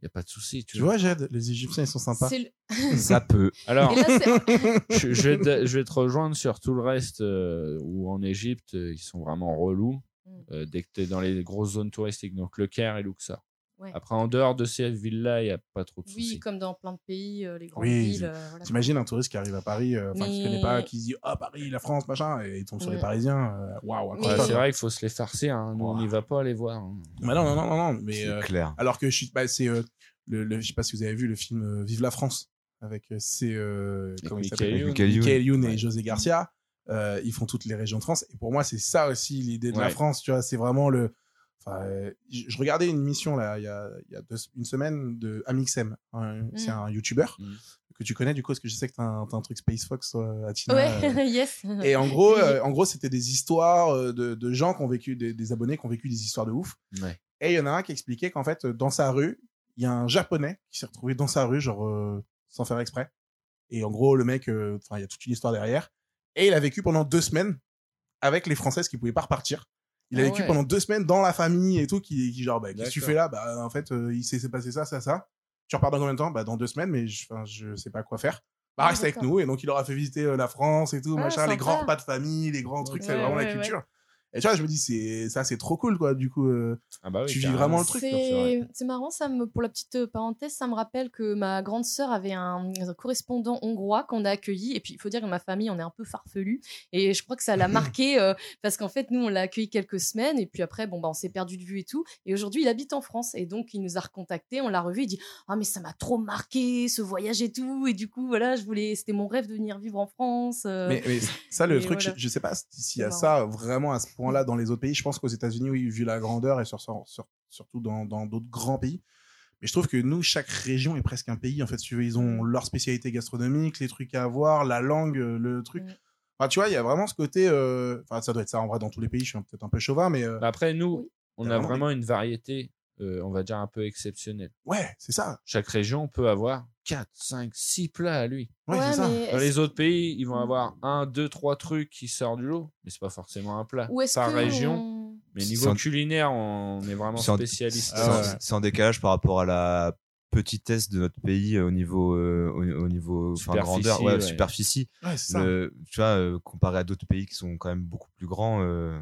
Il n'y a pas de souci, tu,
Tu
vois.
vois, Jade, les Égyptiens, ils sont sympas.
C'est le-
Ça peut.
Alors,
Et là, c'est-
je, je vais te, je vais te rejoindre sur tout le reste euh, où en Égypte, euh, ils sont vraiment relous
Mm.
euh, dès que tu es dans les grosses zones touristiques, donc le Caire et Luxor.
Ouais.
Après, en dehors de ces villes-là, il n'y a pas trop de
Oui,
soucis.
comme dans plein de pays, euh, les grandes
Oui,
villes.
c'est-
euh, voilà.
T'imagines un touriste qui arrive à Paris, euh, enfin, qui
Mais-
connaît pas, qui se dit, ah, Paris, la France, machin, et il tombe sur les
Mm.
Parisiens. euh, Waouh,
Mais-
Ouais,
incroyable.
c'est vrai qu'il faut se les farcir, hein. nous on
Ouah.
n'y va pas les voir. hein.
Bah non, non, non, non, non, mais
C'est
euh,
clair.
alors que je suis, bah, c'est, euh, le, le- je sais pas si vous avez vu le film euh, Vive la France avec euh, c'est euh,
Avec
comment il
Michael
s'appelle
Youn.
Michael Youn.
Michael Youn et
Ouais.
José Garcia. euh, ils font toutes les régions de France et pour moi c'est ça aussi l'idée de la
Ouais.
France, tu vois, c'est vraiment le. Enfin, euh, je je regardais une mission là il y a, il y a deux- une semaine de Amixem, un- c'est un YouTuber
Mm.
que tu connais du coup parce que je sais que t'as un, t'as un truc Space Fox euh, à Tina. euh,
Ouais, yes.
et en gros,
Oui.
euh, en gros, c'était des histoires euh, de, de gens qui ont vécu, des, des abonnés qui ont vécu des histoires de ouf.
Ouais.
Et il y en a un qui expliquait qu'en fait, euh, dans sa rue, il y a un japonais qui s'est retrouvé dans sa rue, genre euh, sans faire exprès. Et en gros, le mec, euh, enfin, il y a toute une histoire derrière. Et il a vécu pendant deux semaines avec les Françaises qui pouvaient pas repartir. Il a
Ah
vécu
ouais.
pendant deux semaines dans la famille et tout, qui, qui genre, bah, qu'est-ce que tu
D'accord.
fais là Bah, en fait, euh, il s'est s'est passé ça, ça, ça. Tu repars dans combien de temps Bah, dans deux semaines, mais je, enfin, je sais pas quoi faire. Bah,
Ah,
reste avec
d'accord.
nous. Et donc, il leur a fait visiter euh, la France et tout,
Ah,
machin, les
sympa.
grands repas de famille, les grands trucs, c'est
Ouais,
vraiment la
ouais, ouais.
culture. Et tu vois, je me dis, c'est ça, c'est trop cool, quoi. Du coup, euh,
Ah bah oui,
Tu vis
carrément.
vraiment le truc, hein,
C'est-
Ouais.
C'est marrant, ça me, pour la petite euh, parenthèse, ça me rappelle que ma grande sœur avait un, un correspondant hongrois qu'on a accueilli. Et puis, il faut dire que ma famille, on est un peu farfelu. Et je crois que ça l'a marqué euh, parce qu'en fait, nous, on l'a accueilli quelques semaines. Et puis après, bon, bah, on s'est perdu de vue et tout. Et aujourd'hui, il habite en France. Et donc, il nous a recontactés. On l'a revu. Il dit Ah, mais ça m'a trop marqué ce voyage et tout. Et du coup, voilà, je voulais, c'était mon rêve de venir vivre en France. euh.
mais, mais ça, le
mais
truc, je-
voilà.
je, sais pas s'il y a
C'est
ça vraiment à ce point-là dans les autres pays. Je pense qu'aux États-Unis, oui, vu la grandeur et sur, sur- sur- surtout dans dans d'autres grands pays. Mais je trouve que nous, chaque région est presque un pays. En fait, si tu veux, ils
Mm.
ont leur spécialité gastronomique, les trucs à voir, la langue, euh, le truc.
Mm.
Enfin, tu vois, il y a vraiment ce côté.
Bah.
euh, Enfin, ça doit être ça en vrai dans tous les pays. Je suis un- peut-être un peu chauvin, mais euh,
Bah Après, nous, on
T'as
a
vraiment
vraiment une variété euh, on va dire, un peu exceptionnels.
Ouais, c'est ça.
Chaque région peut avoir 4, 5, 6 plats à lui.
Ouais, c'est ça.
mais
Dans
est-ce-
les autres pays, ils vont
Mm.
avoir un, deux, trois trucs qui sortent du lot, mais c'est pas forcément un plat.
Ou est-ce
Par
que
région,
on-
mais
C'est
niveau
un-
culinaire, on est vraiment
C'est un-
spécialiste.
C'est
Ah
en-
ouais.
c'est en décalage par rapport à la petitesse de notre pays euh, au niveau euh, au, au niveau enfin,
Superficie,
grandeur ouais,
ouais.
superficie
Ouais, c'est ça.
Le- tu vois euh, comparé à d'autres pays qui sont quand même beaucoup plus grands euh,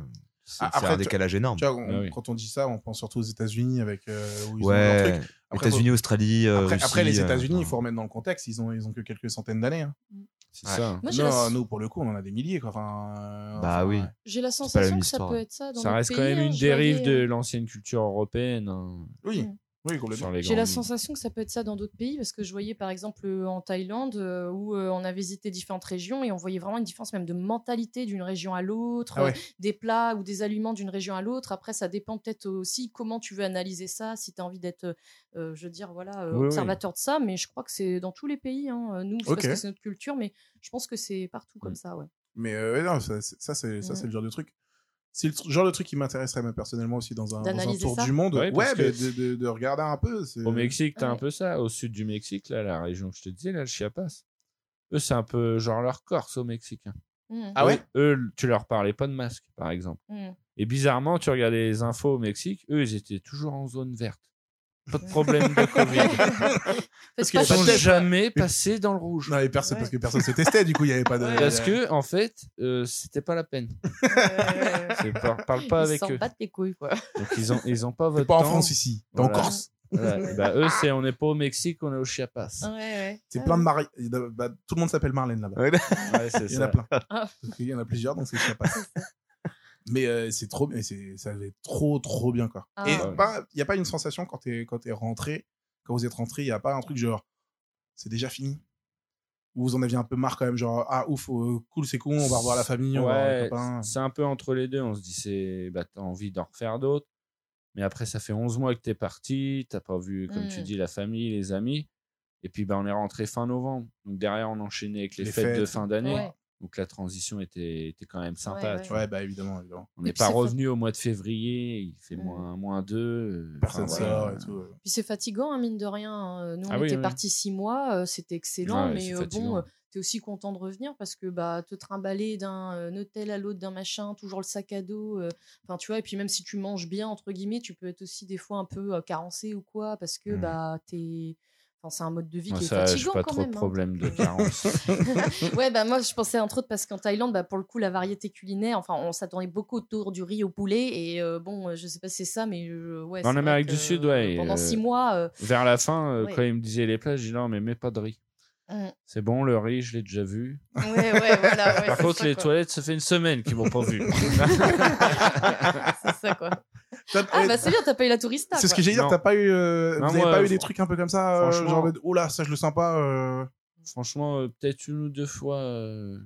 c'est
Ah,
c'est
après,
un
tu-
décalage énorme
Tu vois, on-
Ah oui.
quand on dit ça, on pense surtout aux États-Unis avec euh, où ils ont leur
ouais
truc. Après,
États-Unis Australie
faut-
euh,
Après, après, les
Russie, euh,
États-Unis, il
enfin.
faut remettre dans le contexte. Ils ont, ils ont que quelques centaines d'années. hein.
C'est
Ouais.
ça.
Moi, j'ai
Non,
la-
nous, pour le coup, on en a des milliers. Quoi. Enfin, euh,
Bah
enfin,
oui.
ouais.
j'ai la
pas la
sensation
même
que ça
histoire.
peut être ça. Dans
Ça
notre
reste quand
pays,
même
hein,
une
je
dérive
voyais,
de
euh,
l'ancienne culture européenne. hein,
Oui,
Mm.
oui, complètement.
sur les
J'ai la
grandes lignes.
sensation que ça peut être ça dans d'autres pays parce que je voyais par exemple euh, en Thaïlande euh, où euh, on a visité différentes régions et on voyait vraiment une différence même de mentalité d'une région à l'autre,
Ah ouais.
euh, des plats ou des aliments d'une région à l'autre. Après, ça dépend peut-être aussi comment tu veux analyser ça, si tu as envie d'être, euh, euh, je veux dire, voilà, euh,
Oui, oui.
observateur de ça. Mais je crois que c'est dans tous les pays. hein. Nous, c'est
Ok.
parce que c'est notre culture, mais je pense que c'est partout comme
Mm.
ça. Ouais.
Mais euh, ouais, non, ça, c'est- ça, c'est ça,
Ouais.
c'est le genre de truc. C'est le tr- genre de truc qui m'intéresserait moi, personnellement aussi dans un, dans un
D'analyser
tour
ça
du monde. Ouais,
Ouais, parce
mais
que-
de, de- de regarder un peu. c'est-
Au Mexique, t'as un
Ouais.
peu ça. Au sud du Mexique, là, la région que je te disais, là, le Chiapas. Eux, c'est un peu genre leur Corse aux Mexicains.
Mm.
Ah ouais
Eux, eux, tu leur parlais pas de masque, par exemple.
Mm.
Et bizarrement, tu regardais les infos au Mexique, eux, ils étaient toujours en zone verte. Pas de problème de Covid.
Parce
qu'il a
que
Ils
Parce pas
pas
de
sont
que-
jamais passés dans le rouge.
Non, et personne,
Ouais.
parce que personne se testait, du coup, il n'y avait pas de.
Parce que, en fait, euh, c'était pas la peine.
euh,
C'est- par- Parle pas
ils
avec
s'en
eux.
battent les couilles, quoi.
Donc, ils ont, ils ont pas
T'es
votre
pas en
temps.
France ici, t'es en
Voilà.
Corse.
Voilà. Et bah, eux, c'est on n'est pas au Mexique, on est au Chiapas.
Ouais, ouais.
C'est plein de Marie. bah, tout le monde s'appelle Marlène là-bas.
Ouais, c'est
Il y en a
ça.
plein.
Ah.
Parce qu'il y en a plusieurs, donc c'est ça passe. Mais euh, c'est trop, mais c'est, ça va être trop, trop bien quoi.
Ah.
Et
Ah
ouais.
pas, il y a pas une sensation quand t'es, quand t'es rentré, quand vous êtes rentré, il y a pas un truc genre, c'est déjà fini. Ou vous en aviez un peu marre quand même, genre ah ouf, euh, cool, c'est cool, on va revoir la famille, on va revoir les
Ouais,
hein, copains.
c'est un peu entre les deux. On se dit, c'est, bah, t'as envie d'en refaire d'autres. Mais après, ça fait 11 mois que t'es parti, t'as pas vu, comme tu
Mm.
dis, la famille, les amis. Et puis, bah, on est rentré fin novembre. Donc, derrière, on enchaînait avec les,
Les
fêtes, de
fêtes.
fin d'année.
Ouais.
Donc, la transition était, était quand même sympa.
Ouais,
tu vois.
Ouais, bah évidemment, évidemment.
On
Et
n'est
puis,
pas
c'est fa-
revenu au mois de février, il fait
Mm.
moins, moins euh, 2.
Personne sort et tout. euh.
Puis c'est fatigant, hein, mine de rien. hein. Nous, on
Ah oui,
était
oui.
partis six mois, euh, c'était excellent,
Ouais, c'est
mais euh,
fatigant.
bon, euh, t'es aussi content de revenir parce que bah, te trimballer d'un euh, hôtel à l'autre, d'un machin, toujours le sac à dos. euh, Enfin, tu vois, et puis même si tu manges bien, entre guillemets, tu peux être aussi des fois un peu euh, carencé ou quoi, parce que
Mm.
bah, t'es. Enfin, c'est un mode de vie qui est
Mmh. ça, j'ai
fatigant
pas
quand
trop de problème
même. hein.
de carence.
ouais, bah moi je pensais entre autres parce qu'en Thaïlande, bah, pour le coup, la variété culinaire, enfin, on s'attendait beaucoup autour du riz au poulet et euh, bon, euh, je sais pas si c'est ça, mais euh, ouais.
En
c'est vrai
Amérique
que,
du Sud, ouais,
Pendant
euh,
six mois, euh,
Vers la fin, euh,
Ouais.
quand il me disait les plats, j'ai dit non, mais mets pas de riz.
Mm.
C'est bon, le riz, je l'ai déjà vu.
ouais, ouais, voilà. ouais,
Par
c'est
contre,
ça,
les
quoi.
toilettes, ça fait une semaine qu'ils m'ont pas vu.
c'est ça quoi.
Top,
Ah
et-
bah c'est bien, t'as pas eu la tourista.
c'est ce que
quoi.
j'allais dire,
Non.
t'as pas eu, euh,
Non,
vous avez
moi,
pas eu
fr-
des trucs un peu comme ça, euh,
franchement-
genre en mode, oh là, ça je le sens pas.
Ah
euh,
Franchement, euh, peut-être une ou deux fois euh,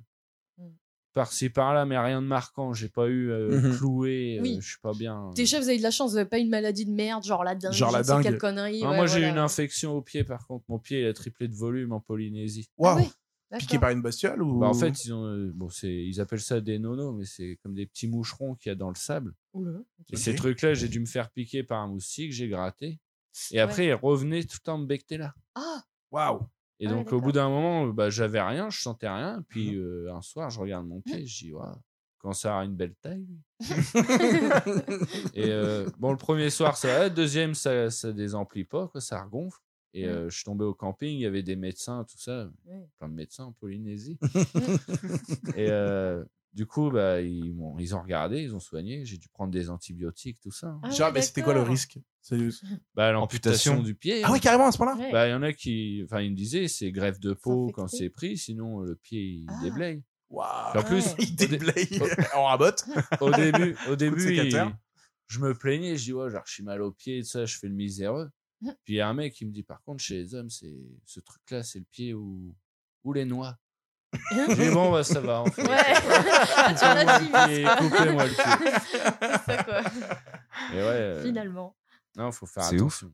Mm.
par-ci par-là, mais rien de marquant. J'ai pas eu euh,
Mm-hmm.
Mhm.
cloué, euh,
Oui.
je suis pas bien.
Déjà, vous avez de la chance, vous avez pas une maladie de merde, genre la dingue.
Genre
je
la
ne sais
dingue.
Quelle connerie.
Non,
ouais,
moi, j'ai eu
voilà.
une infection au pied, par contre. Mon pied, il a triplé de volume en Polynésie.
Ah
Waouh,
ouais, d'accord.
piqué par une bestiole ou.
Bah, en fait, ils, ont, euh, bon, c'est- ils appellent ça des nonos, mais c'est comme des petits moucherons qu'il y a dans le sable.
Oula.
Et
Ok.
ces trucs-là, j'ai dû me faire piquer par un moustique, j'ai gratté. Et après, ils revenaient tout le temps me becter là.
Ah,
waouh.
Et
Ah ouais,
donc, au bout
d'accord.
d'un moment, euh, bah, j'avais rien, je sentais rien. Puis euh, un soir, je regarde
Mmh.
mon pied, je dis, waouh, quand ça a une belle taille. lui. Et euh, bon, le premier soir, ça va. Le deuxième, ça, ça désemplit pas, quoi, ça regonfle. Et
Mhm.
euh, je suis tombé au camping, il y avait des médecins, tout ça,
Ouais.
plein de médecins en Polynésie. et euh, du coup, bah, ils, m'ont- ils ont regardé, ils ont soigné, j'ai dû prendre des antibiotiques, tout ça. hein.
Ah
Genre,
ouais,
mais c'était quoi le
d'accord.
risque C'est-
Bah,
Amputation.
l'amputation du pied.
Ah oui, carrément à ce point-là
Ouais.
Bah, il y en a qui, enfin, il me disait, c'est greffe de peau quand
S'infecter.
c'est pris, sinon euh, le pied il
Ah.
déblaye.
Waouh
En plus,
Ah.
Ouais.
Il
au, dé-
déblaye en rabote.
Ah.
au début, au début, il-
sécateur.
je me plaignais, je dis ouais, genre je suis mal au pied, tout ça, je fais le miséreux.
Mhm.
Puis il y a un mec qui me dit par contre chez les hommes, c'est ce truc-là, c'est le pied ou ou les noix. J'ai dit, bon bah ça va. En fait.
Ouais, Ah, tu en as dit, mais
Et
c'est
coupez-moi le pied.
pas- c'est ça quoi.
Et ouais, euh,
Finalement.
non, faut faire
C'est
attention.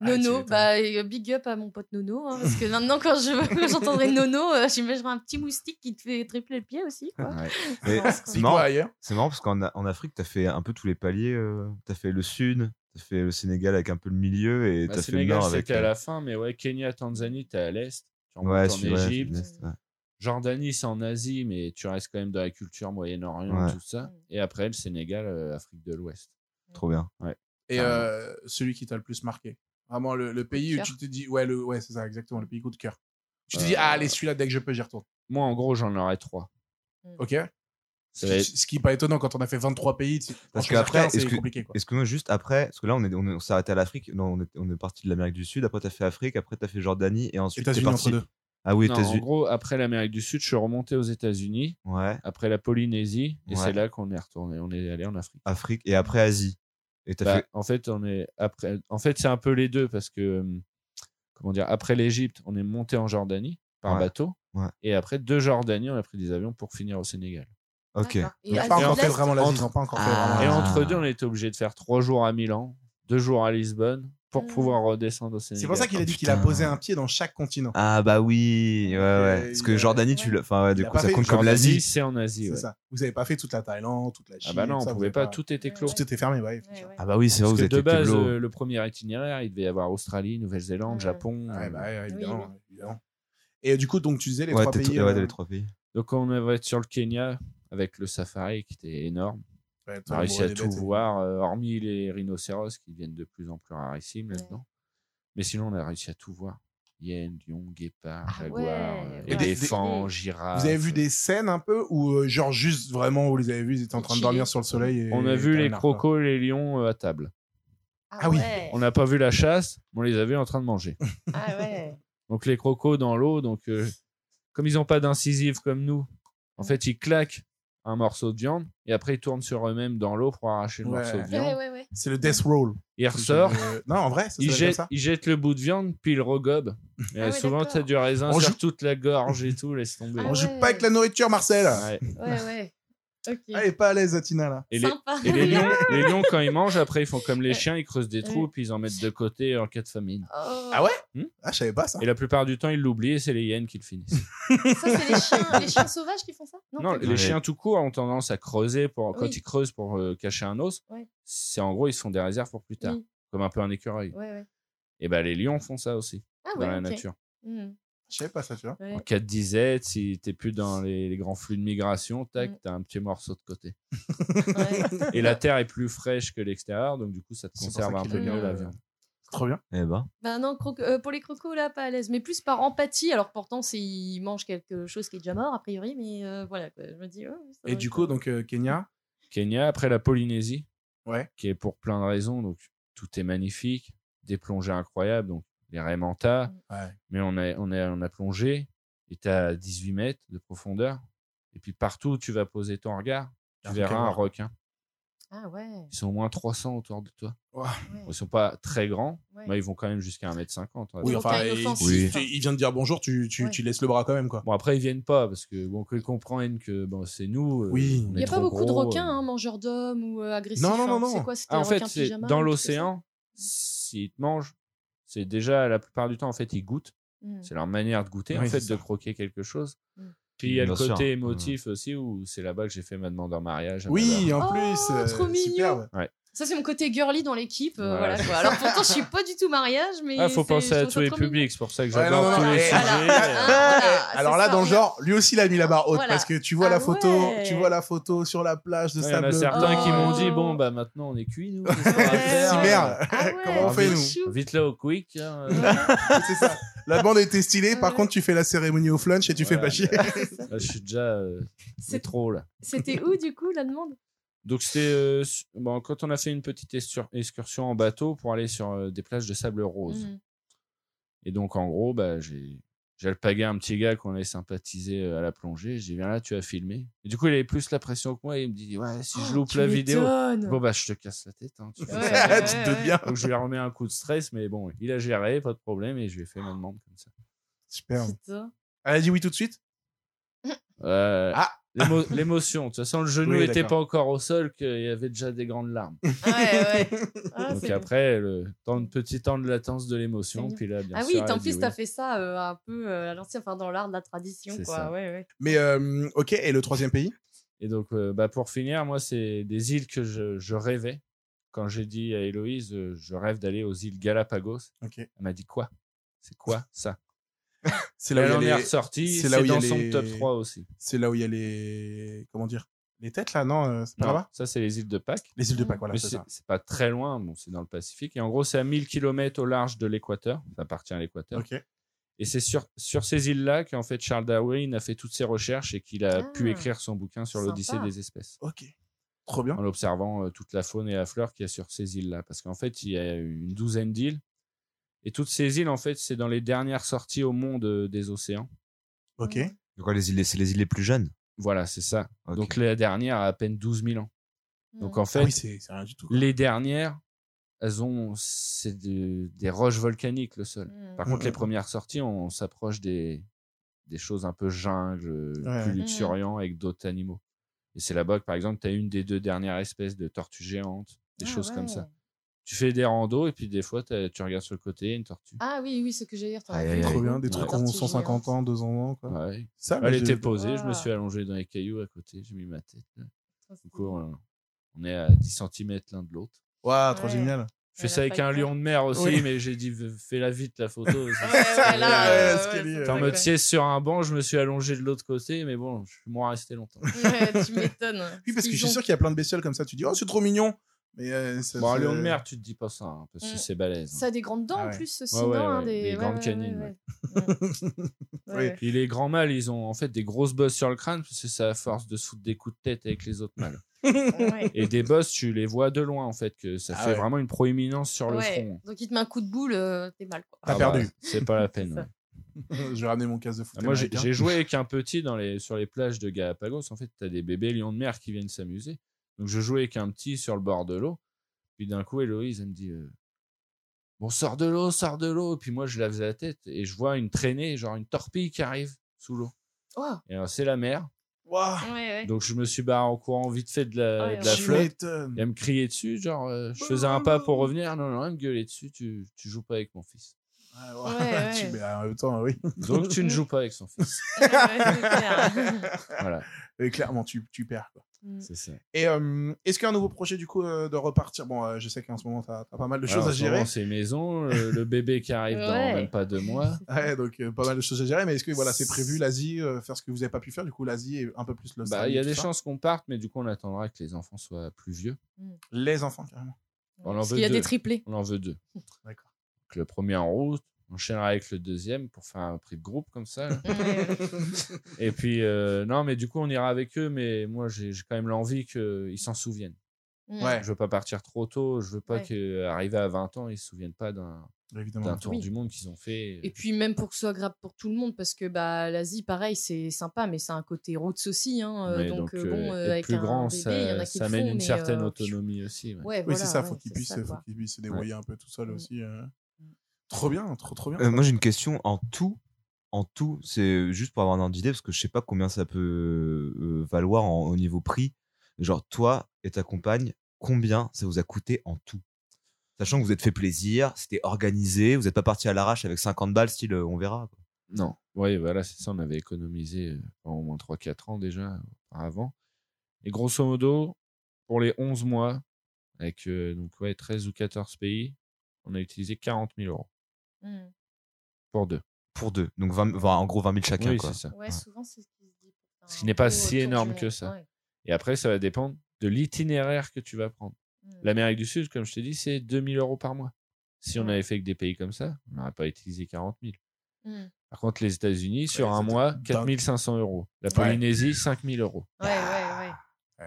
Ah, tu
Nono,
m'étonnes.
bah, et, euh, big up à mon pote Nono, hein, parce que maintenant quand je- j'entendrai Nono, euh, j'imaginerai un petit moustique qui te fait tripler le pied aussi. Quoi.
Ouais.
Mais
Non, c'est
c'est
quoi.
Dis-moi
marrant
ailleurs.
c'est marrant parce qu'en A- en Afrique t'as fait un peu tous les paliers euh, t'as fait le sud T'as fait le Sénégal avec un peu le milieu et
Bah,
t'as fait le
Sénégal,
nord avec.
c'était à
euh,
la fin, mais ouais, Kenya, Tanzanie, t'es à l'est. Tu remontes
Ouais,
en
c'est vrai,
Égypte.
c'est- ouais.
Jordanie, c'est en Asie, mais tu restes quand même dans la culture Moyen-Orient,
Ouais.
tout ça. Et après, le Sénégal, euh, Afrique de l'Ouest.
Trop bien.
Et
Ah ouais.
euh, celui qui t'a le plus marqué. Vraiment, le, le pays où
cœur.
tu te dis, ouais, le, ouais c'est ça, exactement, le pays coup de cœur. Tu te
Euh,
dis, ah, allez, celui-là, dès que je peux, j'y retourne.
Moi, en gros, j'en aurais trois.
Ok
Ça
ce
va
qui,
être-
ce qui est pas étonnant quand on a fait 23 pays. tu sais, en
Parce
choisir
qu'après,
qu'un, c'est
est-ce que-
compliqué. Quoi.
Est-ce que juste après, parce que là on est on, est- on s'est arrêté à l'Afrique, non on est, on est parti de l'Amérique du Sud, après t'as fait Afrique, après t'as fait Jordanie et ensuite t'es
États-Unis entre
parti.
deux.
Ah oui,
Non, en
États-Unis.
gros, après l'Amérique du Sud, je suis remonté aux États-Unis,
Ouais.
après la Polynésie, et
Ouais.
c'est là qu'on est retourné. On est allé en Afrique.
Afrique et après Asie. Et t'as
Bah,
fait.
En fait, on est après. En fait, c'est un peu les deux parce que euh, comment dire Après l'Égypte, on est monté en Jordanie par
Ouais.
bateau,
Ouais.
et après de Jordanie, on a pris des avions pour finir au Sénégal.
Ok.
D'accord. Et
Ils n'ont
Asie
pas
de
encore fait
l'Est
vraiment l'Asie.
Entre-
Ils n'ont pas encore fait
Ah.
vraiment
Et
l'Asie.
entre deux, on était obligé de faire trois jours à Milan, deux jours à Lisbonne pour
Mm.
pouvoir redescendre au Sénégal.
C'est pour ça qu'il a dit qu'il a
putain.
posé un pied dans chaque continent.
Ah bah oui, ouais ouais.
Euh,
Parce
il
que
a-
Jordanie, tu l'as. Enfin ouais,
Il
du
a
coup
pas
ça
fait
compte comme
Jordanie,
l'Asie.
c'est en Asie.
C'est
ouais.
ça. Vous n'avez pas fait toute la Thaïlande, toute la Chine.
Ah bah non,
tout
on
ça, vous
pouvait
avez
pas. Tout était clos.
Tout était fermé, ouais.
Ouais, ouais.
Ah bah oui, c'est vrai,
Parce
vous
que
êtes
de base,
Keblo.
euh, le premier itinéraire, il devait y avoir Australie, Nouvelle-Zélande,
Mm.
Japon.
Ouais, bah, ouais,
Oui,
évidemment, évidemment. Et du coup, donc tu disais les
ouais,
trois
t'es-
pays.
ouais,
euh,
t'as les trois pays. hein.
Donc on va être sur le Kenya avec le safari qui était énorme.
ouais,
On
toi,
a réussi
l'amour
à
des
tout
bêtes,
voir, euh, hormis les rhinocéros qui deviennent de plus en plus rarissimes là-dedans. Mais sinon, on a réussi à tout voir. Hyène, lion, guépard,
Ah
jaguar,
ouais,
euh,
ouais.
Et des-
éléphant,
des-
girafe.
Vous avez vu des scènes un peu ou euh, genre juste vraiment où les avez vus, ils étaient en train de
Chili.
dormir sur le soleil. et-
On a
et
vu les
Bernard, quoi.
crocos, les lions euh, à table.
Ah oui.
ouais.
On n'a pas vu la chasse, mais on les a vus en train de manger.
Ah ouais.
Donc les crocos dans l'eau, donc euh, comme ils n'ont pas d'incisive comme nous, en fait ils claquent un morceau de viande et après ils tournent sur eux-mêmes dans l'eau pour arracher le
Ouais.
morceau de
Ouais,
viande.
ouais, ouais.
C'est le death roll.
Ils ressortent,
Euh, non, en vrai, ça s'appelle
Il
comme
jette,
ça.
il jette le bout de viande, puis il regobe. Et
Ah ouais,
souvent,
d'accord.
t'as du raisin
On
sur
joue-
toute la gorge et tout, laisse tomber.
Ah
On joue
ouais.
pas avec la nourriture, Marcel. Ah,
Ouais.
Ouais, ouais. Ok.
Elle est pas à l'aise, Atina là.
Et, les,
Sympa.
et les lions, les lions, quand ils mangent, après, ils font comme les chiens, ils creusent des trous,
Ouais.
puis ils en mettent de côté en cas de famine.
Oh.
Ah ouais
Hmm
Ah, je savais pas ça.
Et la plupart du temps, ils l'oublient et c'est les hyènes qui le finissent.
Ça, c'est les chiens, les chiens sauvages qui font ça
non,
t'as
les
dit.
Ouais.
chiens tout court ont tendance à creuser pour, quand
Oui.
ils creusent pour euh, cacher un os.
Ouais.
C'est en gros, ils se font des réserves pour plus tard,
Oui.
comme un peu un écureuil.
Ouais, ouais.
Et ben, les lions font ça aussi
Ah
dans
ouais,
la
ok.
nature.
Hmm,
Je savais pas ça, tu vois.
ouais.
En cas de disette, si t'es plus dans les, les grands flux de migration, tac,
Mm.
t'as un petit morceau de côté.
Ouais.
Et la terre est plus fraîche que l'extérieur, donc du coup, ça te
C'est pour
conserve
ça
un
qu'il euh,
peu
aime
mieux
bien
la
le-
viande.
C'est Trop bien.
Eh ben.
Ben non, croco- euh, pour les crocos, là, pas à l'aise. Mais plus par empathie. Alors, pourtant, c'est- ils mangent quelque chose qui est déjà mort, a priori. Mais euh, voilà, quoi. je me dis. oh, ça
Et
doit
du
être-
coup, donc euh, Kenya.
Kenya, après la Polynésie,
Ouais.
qui est pour plein de raisons, donc tout est magnifique, des plongées incroyables, donc les raies manta,
Ouais.
mais on a, on a, on a plongé, et t'as 18 mètres de profondeur, et puis partout où tu vas poser ton regard, tu
Un
verras
requin
un
mort.
requin.
Ah ouais. ouais,
Ils sont au moins 300 autour de toi.
ouais.
Ils sont pas très grands, mais ils vont quand même jusqu'à 1m50. on va
Oui,
Donc,
enfin,
t'as une
il,
offense.
Oui.
tu- il vient de dire bonjour, tu, tu,
Ouais.
tu laisses le bras quand même, quoi.
Bon, après, ils viennent pas parce que bon, qu'ils comprennent que bon, c'est nous. euh,
Oui.
on
Il
est
n'y a pas
trop
beaucoup de
gros,
requins,
euh.
hein, mangeurs d'hommes ou euh, agressifs.
Non, non,
hein.
non, non.
C'est quoi c'était
Ah,
un
en fait,
requin
c'est
pyjama,
dans
un truc
l'océan, s'ils te mangent, c'est déjà la plupart du temps, en fait, ils goûtent.
comme ça.
C'est leur manière de goûter, en
Oui,
fait,
c'est
de
ça. Mm.
croquer quelque chose.
Mm.
Puis il y a le
Bien sûr.
côté émotif aussi où c'est là-bas que j'ai fait ma demande en mariage. à
Oui, en
Navarre.
Oh,
plus. euh,
trop mignon.
superbe.
Ça, c'est mon côté girly dans l'équipe. euh,
Voilà.
voilà. quoi. Alors, pourtant, je suis pas du tout mariage, mais.
Ah, faut
c'est- je
penser à
trouve
tous
ça
les
trop mignon.
publics, c'est pour ça que
Ouais,
j'adore
non, non,
tous
non,
les
eh,
sujets.
Ah,
eh,
voilà. Ah,
Alors
c'est
là,
ça,
dans le
regarde.
genre, lui aussi, il a mis la barre haute
Voilà.
parce que tu vois
Ah
la photo,
ouais.
tu vois la photo sur la plage de
Ouais, Il y en
sable.
a certains qui m'ont dit
Oh.
bon, bah maintenant on est cuit, nous. qu'est-ce qu'on va
Ouais.
faire
Si,
merde.
Ah ouais,
Comment
on
c'est
fait,
nous
chou.
Vite là au quick. hein, euh.
Ouais.
C'est ça. La bande était stylée. Par
Ouais.
contre, tu fais la cérémonie au flunch et tu fais
Voilà,
pas chier.
Ah, c'est ça.
Là, je suis déjà. euh, c'est
C'est-
trop là.
C'était où, du coup, la demande
Donc c'était euh, su- bon, quand on a fait une petite escur- excursion en bateau pour aller sur euh, des plages de sable rose.
Mhm.
Et donc en gros, bah, j'ai j'ai alpagué un petit gars qu'on avait sympathisé euh, à la plongée. J'ai dit viens là, tu as filmé. Et du coup, il avait plus la pression que moi. Et il me dit ouais, si je
Oh,
loupe
tu
la vidéo,
m'étonnes.
bon bah je te casse la tête. hein, tu fais ça.
Ouais,
tu
ouais,
te doutes
ouais.
bien.
Donc je lui ai remis un coup de stress, mais bon, il a géré, pas de problème, et je lui ai fait ma demande comme ça.
Super.
Putain.
Elle a dit oui tout de suite.
Euh,
Ah.
l'émo- L'émotion, de toute façon, le genou
Oui,
n'était
d'accord.
pas encore au sol, qu'il y avait déjà des grandes larmes.
Ouais, ouais. Ah,
Donc
c'est-
après, le temps, de- petit temps de latence de l'émotion,
C'est
puis là, bien
Ah
sûr,
oui,
elle a
en
dit
plus,
oui.
t'as fait ça euh, un peu euh, à l'ancien, enfin dans l'art de la tradition,
C'est
quoi.
ça.
Ouais, ouais.
Mais euh, ok, et le troisième pays
Et donc, euh, bah, pour finir, moi, c'est des îles que je, je rêvais quand j'ai dit à Héloïse, euh, je rêve d'aller aux îles Galapagos,
Ok.
elle m'a dit quoi C'est quoi ça
C'est
Elle
là,
en
où il y
est
a les...
ressortie,
c'est
c'est
là où il y a
dans son
les-
top 3 aussi.
c'est là où il y a les. Comment dire Les têtes, là Non, euh, c'est pas
Non,
là-bas
ça, c'est les îles de Pâques.
Les îles de Pâques, voilà,
Mais
c'est
c'est
ça.
c'est pas très loin, bon, c'est dans le Pacifique. Et en gros, c'est à 1000 km au large de l'équateur. Ça appartient à l'équateur.
Ok.
Et c'est sur, sur ces îles-là qu'en fait Charles Darwin a fait toutes ses recherches et qu'il a
Ah.
pu écrire son bouquin sur
Sympa.
l'Odyssée des espèces.
Ok. Trop bien.
En observant euh, toute la faune et la flore qu'il y a sur ces îles-là. Parce qu'en fait, il y a une douzaine d'îles. Et toutes ces îles, en fait, c'est dans les dernières sorties au monde euh, des océans.
Ok.
Donc, ouais, les îles, c'est les îles les plus jeunes.
Voilà, c'est ça.
Ok.
Donc la dernière a à peine 12 000 ans.
Mmh. Hmm.
Donc en
Ah
fait,
oui, c'est c'est rien du tout. quoi.
les dernières, elles ont c'est de- des roches volcaniques le sol.
Mm.
Par
Mm,
contre,
mm,
les
mm.
premières sorties, on s'approche des, des choses un peu jungle,
Ouais,
Mmh
ouais.
plus luxuriant, avec d'autres animaux. Et c'est là-bas que, par exemple, tu as une des deux dernières espèces de tortues géantes, des
Ah,
choses comme
ouais.
ça. Tu fais des randos et puis des fois, t'as- tu regardes sur le côté, une tortue.
Ah oui, oui, ce que j'ai dire. t'en as
Aïe,
vu
aïe,
beaucoup.
Trop bien, des
Ouais.
trucs qui ont
Tortue
150
géante.
ans, 2 ans, quoi.
Ouais.
Ça,
Elle
mais
était
j'ai-
posée, je me
Ah.
suis allongé dans les cailloux à côté, j'ai mis ma tête. là.
Trop
Du
stylé.
coup, on, on est à 10 cm l'un de l'autre.
Waouh, trop
Ouais.
génial.
Je fais
Elle
ça
a
avec
pas
un
eu peur.
lion de mer aussi,
Oui.
mais j'ai dit v- fais-la vite la photo.
Ouais, ouais, là,
Ouais,
euh,
ce
ouais,
qu'elle
c'est
dit,
T'es en
vrai,
mode
quoi.
sieste sur un banc, je me suis allongé de l'autre côté, mais bon, je suis moins resté longtemps.
Ouais, tu m'étonnes.
Oui, parce que
Ils
je suis
ont-
sûr qu'il y a plein de bestioles comme ça. Tu dis, oh, c'est trop mignon. Mais euh, ça-
Bon, un
ça-
lion de mer, tu te dis pas ça, hein, parce que
Mm.
c'est balèze. hein.
Ça a des grandes dents
Ah
en
ouais.
plus, ceci,
Ouais,
non
ouais,
hein,
ouais,
des...
des
ouais,
grandes
ouais,
canines,
ouais, ouais. Ouais,
Oui.
ouais.
Puis les grands mâles, ils ont en fait des grosses bosses sur le crâne, parce que c'est à force de se foutre des coups de tête avec les autres mâles.
Ouais.
Et des bosses, tu les vois de loin, en fait, que ça
Ah
fait
ouais.
vraiment une proéminence sur le
Ouais,
front.
Donc il te met un coup de boule, euh, t'es mal quoi.
T'as
Ah
perdu.
bah, c'est pas la peine.
C'est ça.
ouais.
je vais ramener mon casque de foot.
Ah, Moi, j'ai
américain.
j'ai joué avec un petit dans les, sur les plages de Galapagos. En fait, t'as des bébés lions de mer qui viennent s'amuser. Donc, je jouais avec un petit sur le bord de l'eau. Puis d'un coup, Héloïse, elle me dit euh, Bon, sors de l'eau, sors de l'eau. Puis moi, je lave la tête et je vois une traînée, genre une torpille qui arrive sous l'eau.
Oh,
Et alors, c'est la mer.
Waouh,
ouais, ouais.
Donc, je me suis barré en courant vite fait de la,
Ouais,
de la
ouais.
tu
flotte.
m'étonnes.
Et elle me criait dessus, genre, euh, je faisais un pas pour revenir. Non, non, elle me gueulait dessus, tu, tu joues pas avec mon fils.
Ah,
Ouais,
ouais.
ouais.
Tu- mais en même temps, oui.
Donc, tu ne joues pas avec son fils.
Ouais, ouais, c'est clair.
Voilà,
Et clairement, tu, tu perds. Quoi.
Mm.
c'est ça.
Et euh, est-ce qu'il y a un nouveau projet, du coup, euh, de repartir Bon, euh, je sais qu'en ce moment, t'as as pas mal de choses
Alors, en
à
ce
gérer.
moment, C'est maison, euh, le, le bébé qui arrive dans
Ouais.
même pas deux mois.
Ouais, donc euh, pas mal de choses à gérer, mais est-ce que voilà, c'est prévu l'Asie, euh, faire ce que vous n'avez pas pu faire, du coup l'Asie et un peu plus le
Bah, il y a des chances qu'on parte, mais du coup, on attendra que les enfants soient plus vieux.
Les enfants, carrément.
On en
Parce
veut
qu'il y a
deux.
des triplés.
On en veut deux.
D'accord.
Donc, le premier en route, on enchaînera avec le deuxième pour faire un prix de groupe comme ça. là.
Ouais, ouais.
Et puis, euh, non, mais du coup, on ira avec eux, mais moi, j'ai j'ai quand même l'envie qu'ils s'en souviennent.
Mm.
Ouais.
Je veux pas partir trop tôt, je veux pas
Ouais.
qu'arrivé à 20 ans, ils se souviennent pas d'un d'un
Bah, Évidemment.
tour
Oui.
du monde qu'ils ont fait.
Et puis même pour que ce soit grave pour tout le monde, parce que bah, l'Asie, pareil, c'est sympa, mais c'est un côté roots aussi. Hein, euh,
Mais
donc, euh,
euh,
bon, euh,
être
avec
plus
un
grand,
bébé, il y en
ça,
a qui
ça
le
mène
font,
une
mais,
certaine
euh,
autonomie aussi. ouais.
Ouais,
Oui,
voilà,
c'est ça,
ouais,
faut qu'ils
c'est
puissent,
ça,
faut
quoi.
qu'ils puissent se
Ouais.
débrouiller un peu tout seul
Mm.
aussi. euh.
Mm.
Trop bien, trop trop bien.
Euh, moi, j'ai une question en tout. En tout, c'est juste pour avoir un ordre d'idée, parce que je sais pas combien ça peut euh, valoir en- au niveau prix. Genre, toi et ta compagne, combien ça vous a coûté en tout Sachant que vous êtes fait plaisir, c'était organisé, vous n'êtes pas parti à l'arrache avec 50 balles, style euh, on verra. quoi.
Non. Oui, voilà, c'est ça. On avait économisé euh, pendant au moins 3-4 ans déjà avant. Et grosso modo, pour les 11 mois, avec euh, donc, ouais, 13 ou 14 pays, on a utilisé 40 000 euros
Mm.
pour deux.
Pour deux. Donc, 20 vingt- en gros, 20 000 chacun.
Oui,
quoi.
c'est ça.
Ouais, souvent, c'est ce qui se dit. pour faire
Ah. Ce
un
qui n'est pas
gros
si
tour du
énorme
monde.
que ça.
Ouais.
Et après, ça va dépendre de l'itinéraire que tu vas prendre.
Mm.
L'Amérique du Sud, comme je t'ai dit, c'est 2000 euros par mois. Si on
Ouais.
avait fait que des pays comme ça, on n'aurait pas utilisé 40 000.
Mm.
Par contre, les États-Unis, sur
Ouais,
un
c'est
mois,
dingue.
4500 euros. La
Ouais.
Polynésie, 5000 euros.
Ah.
Ouais, ouais, ouais.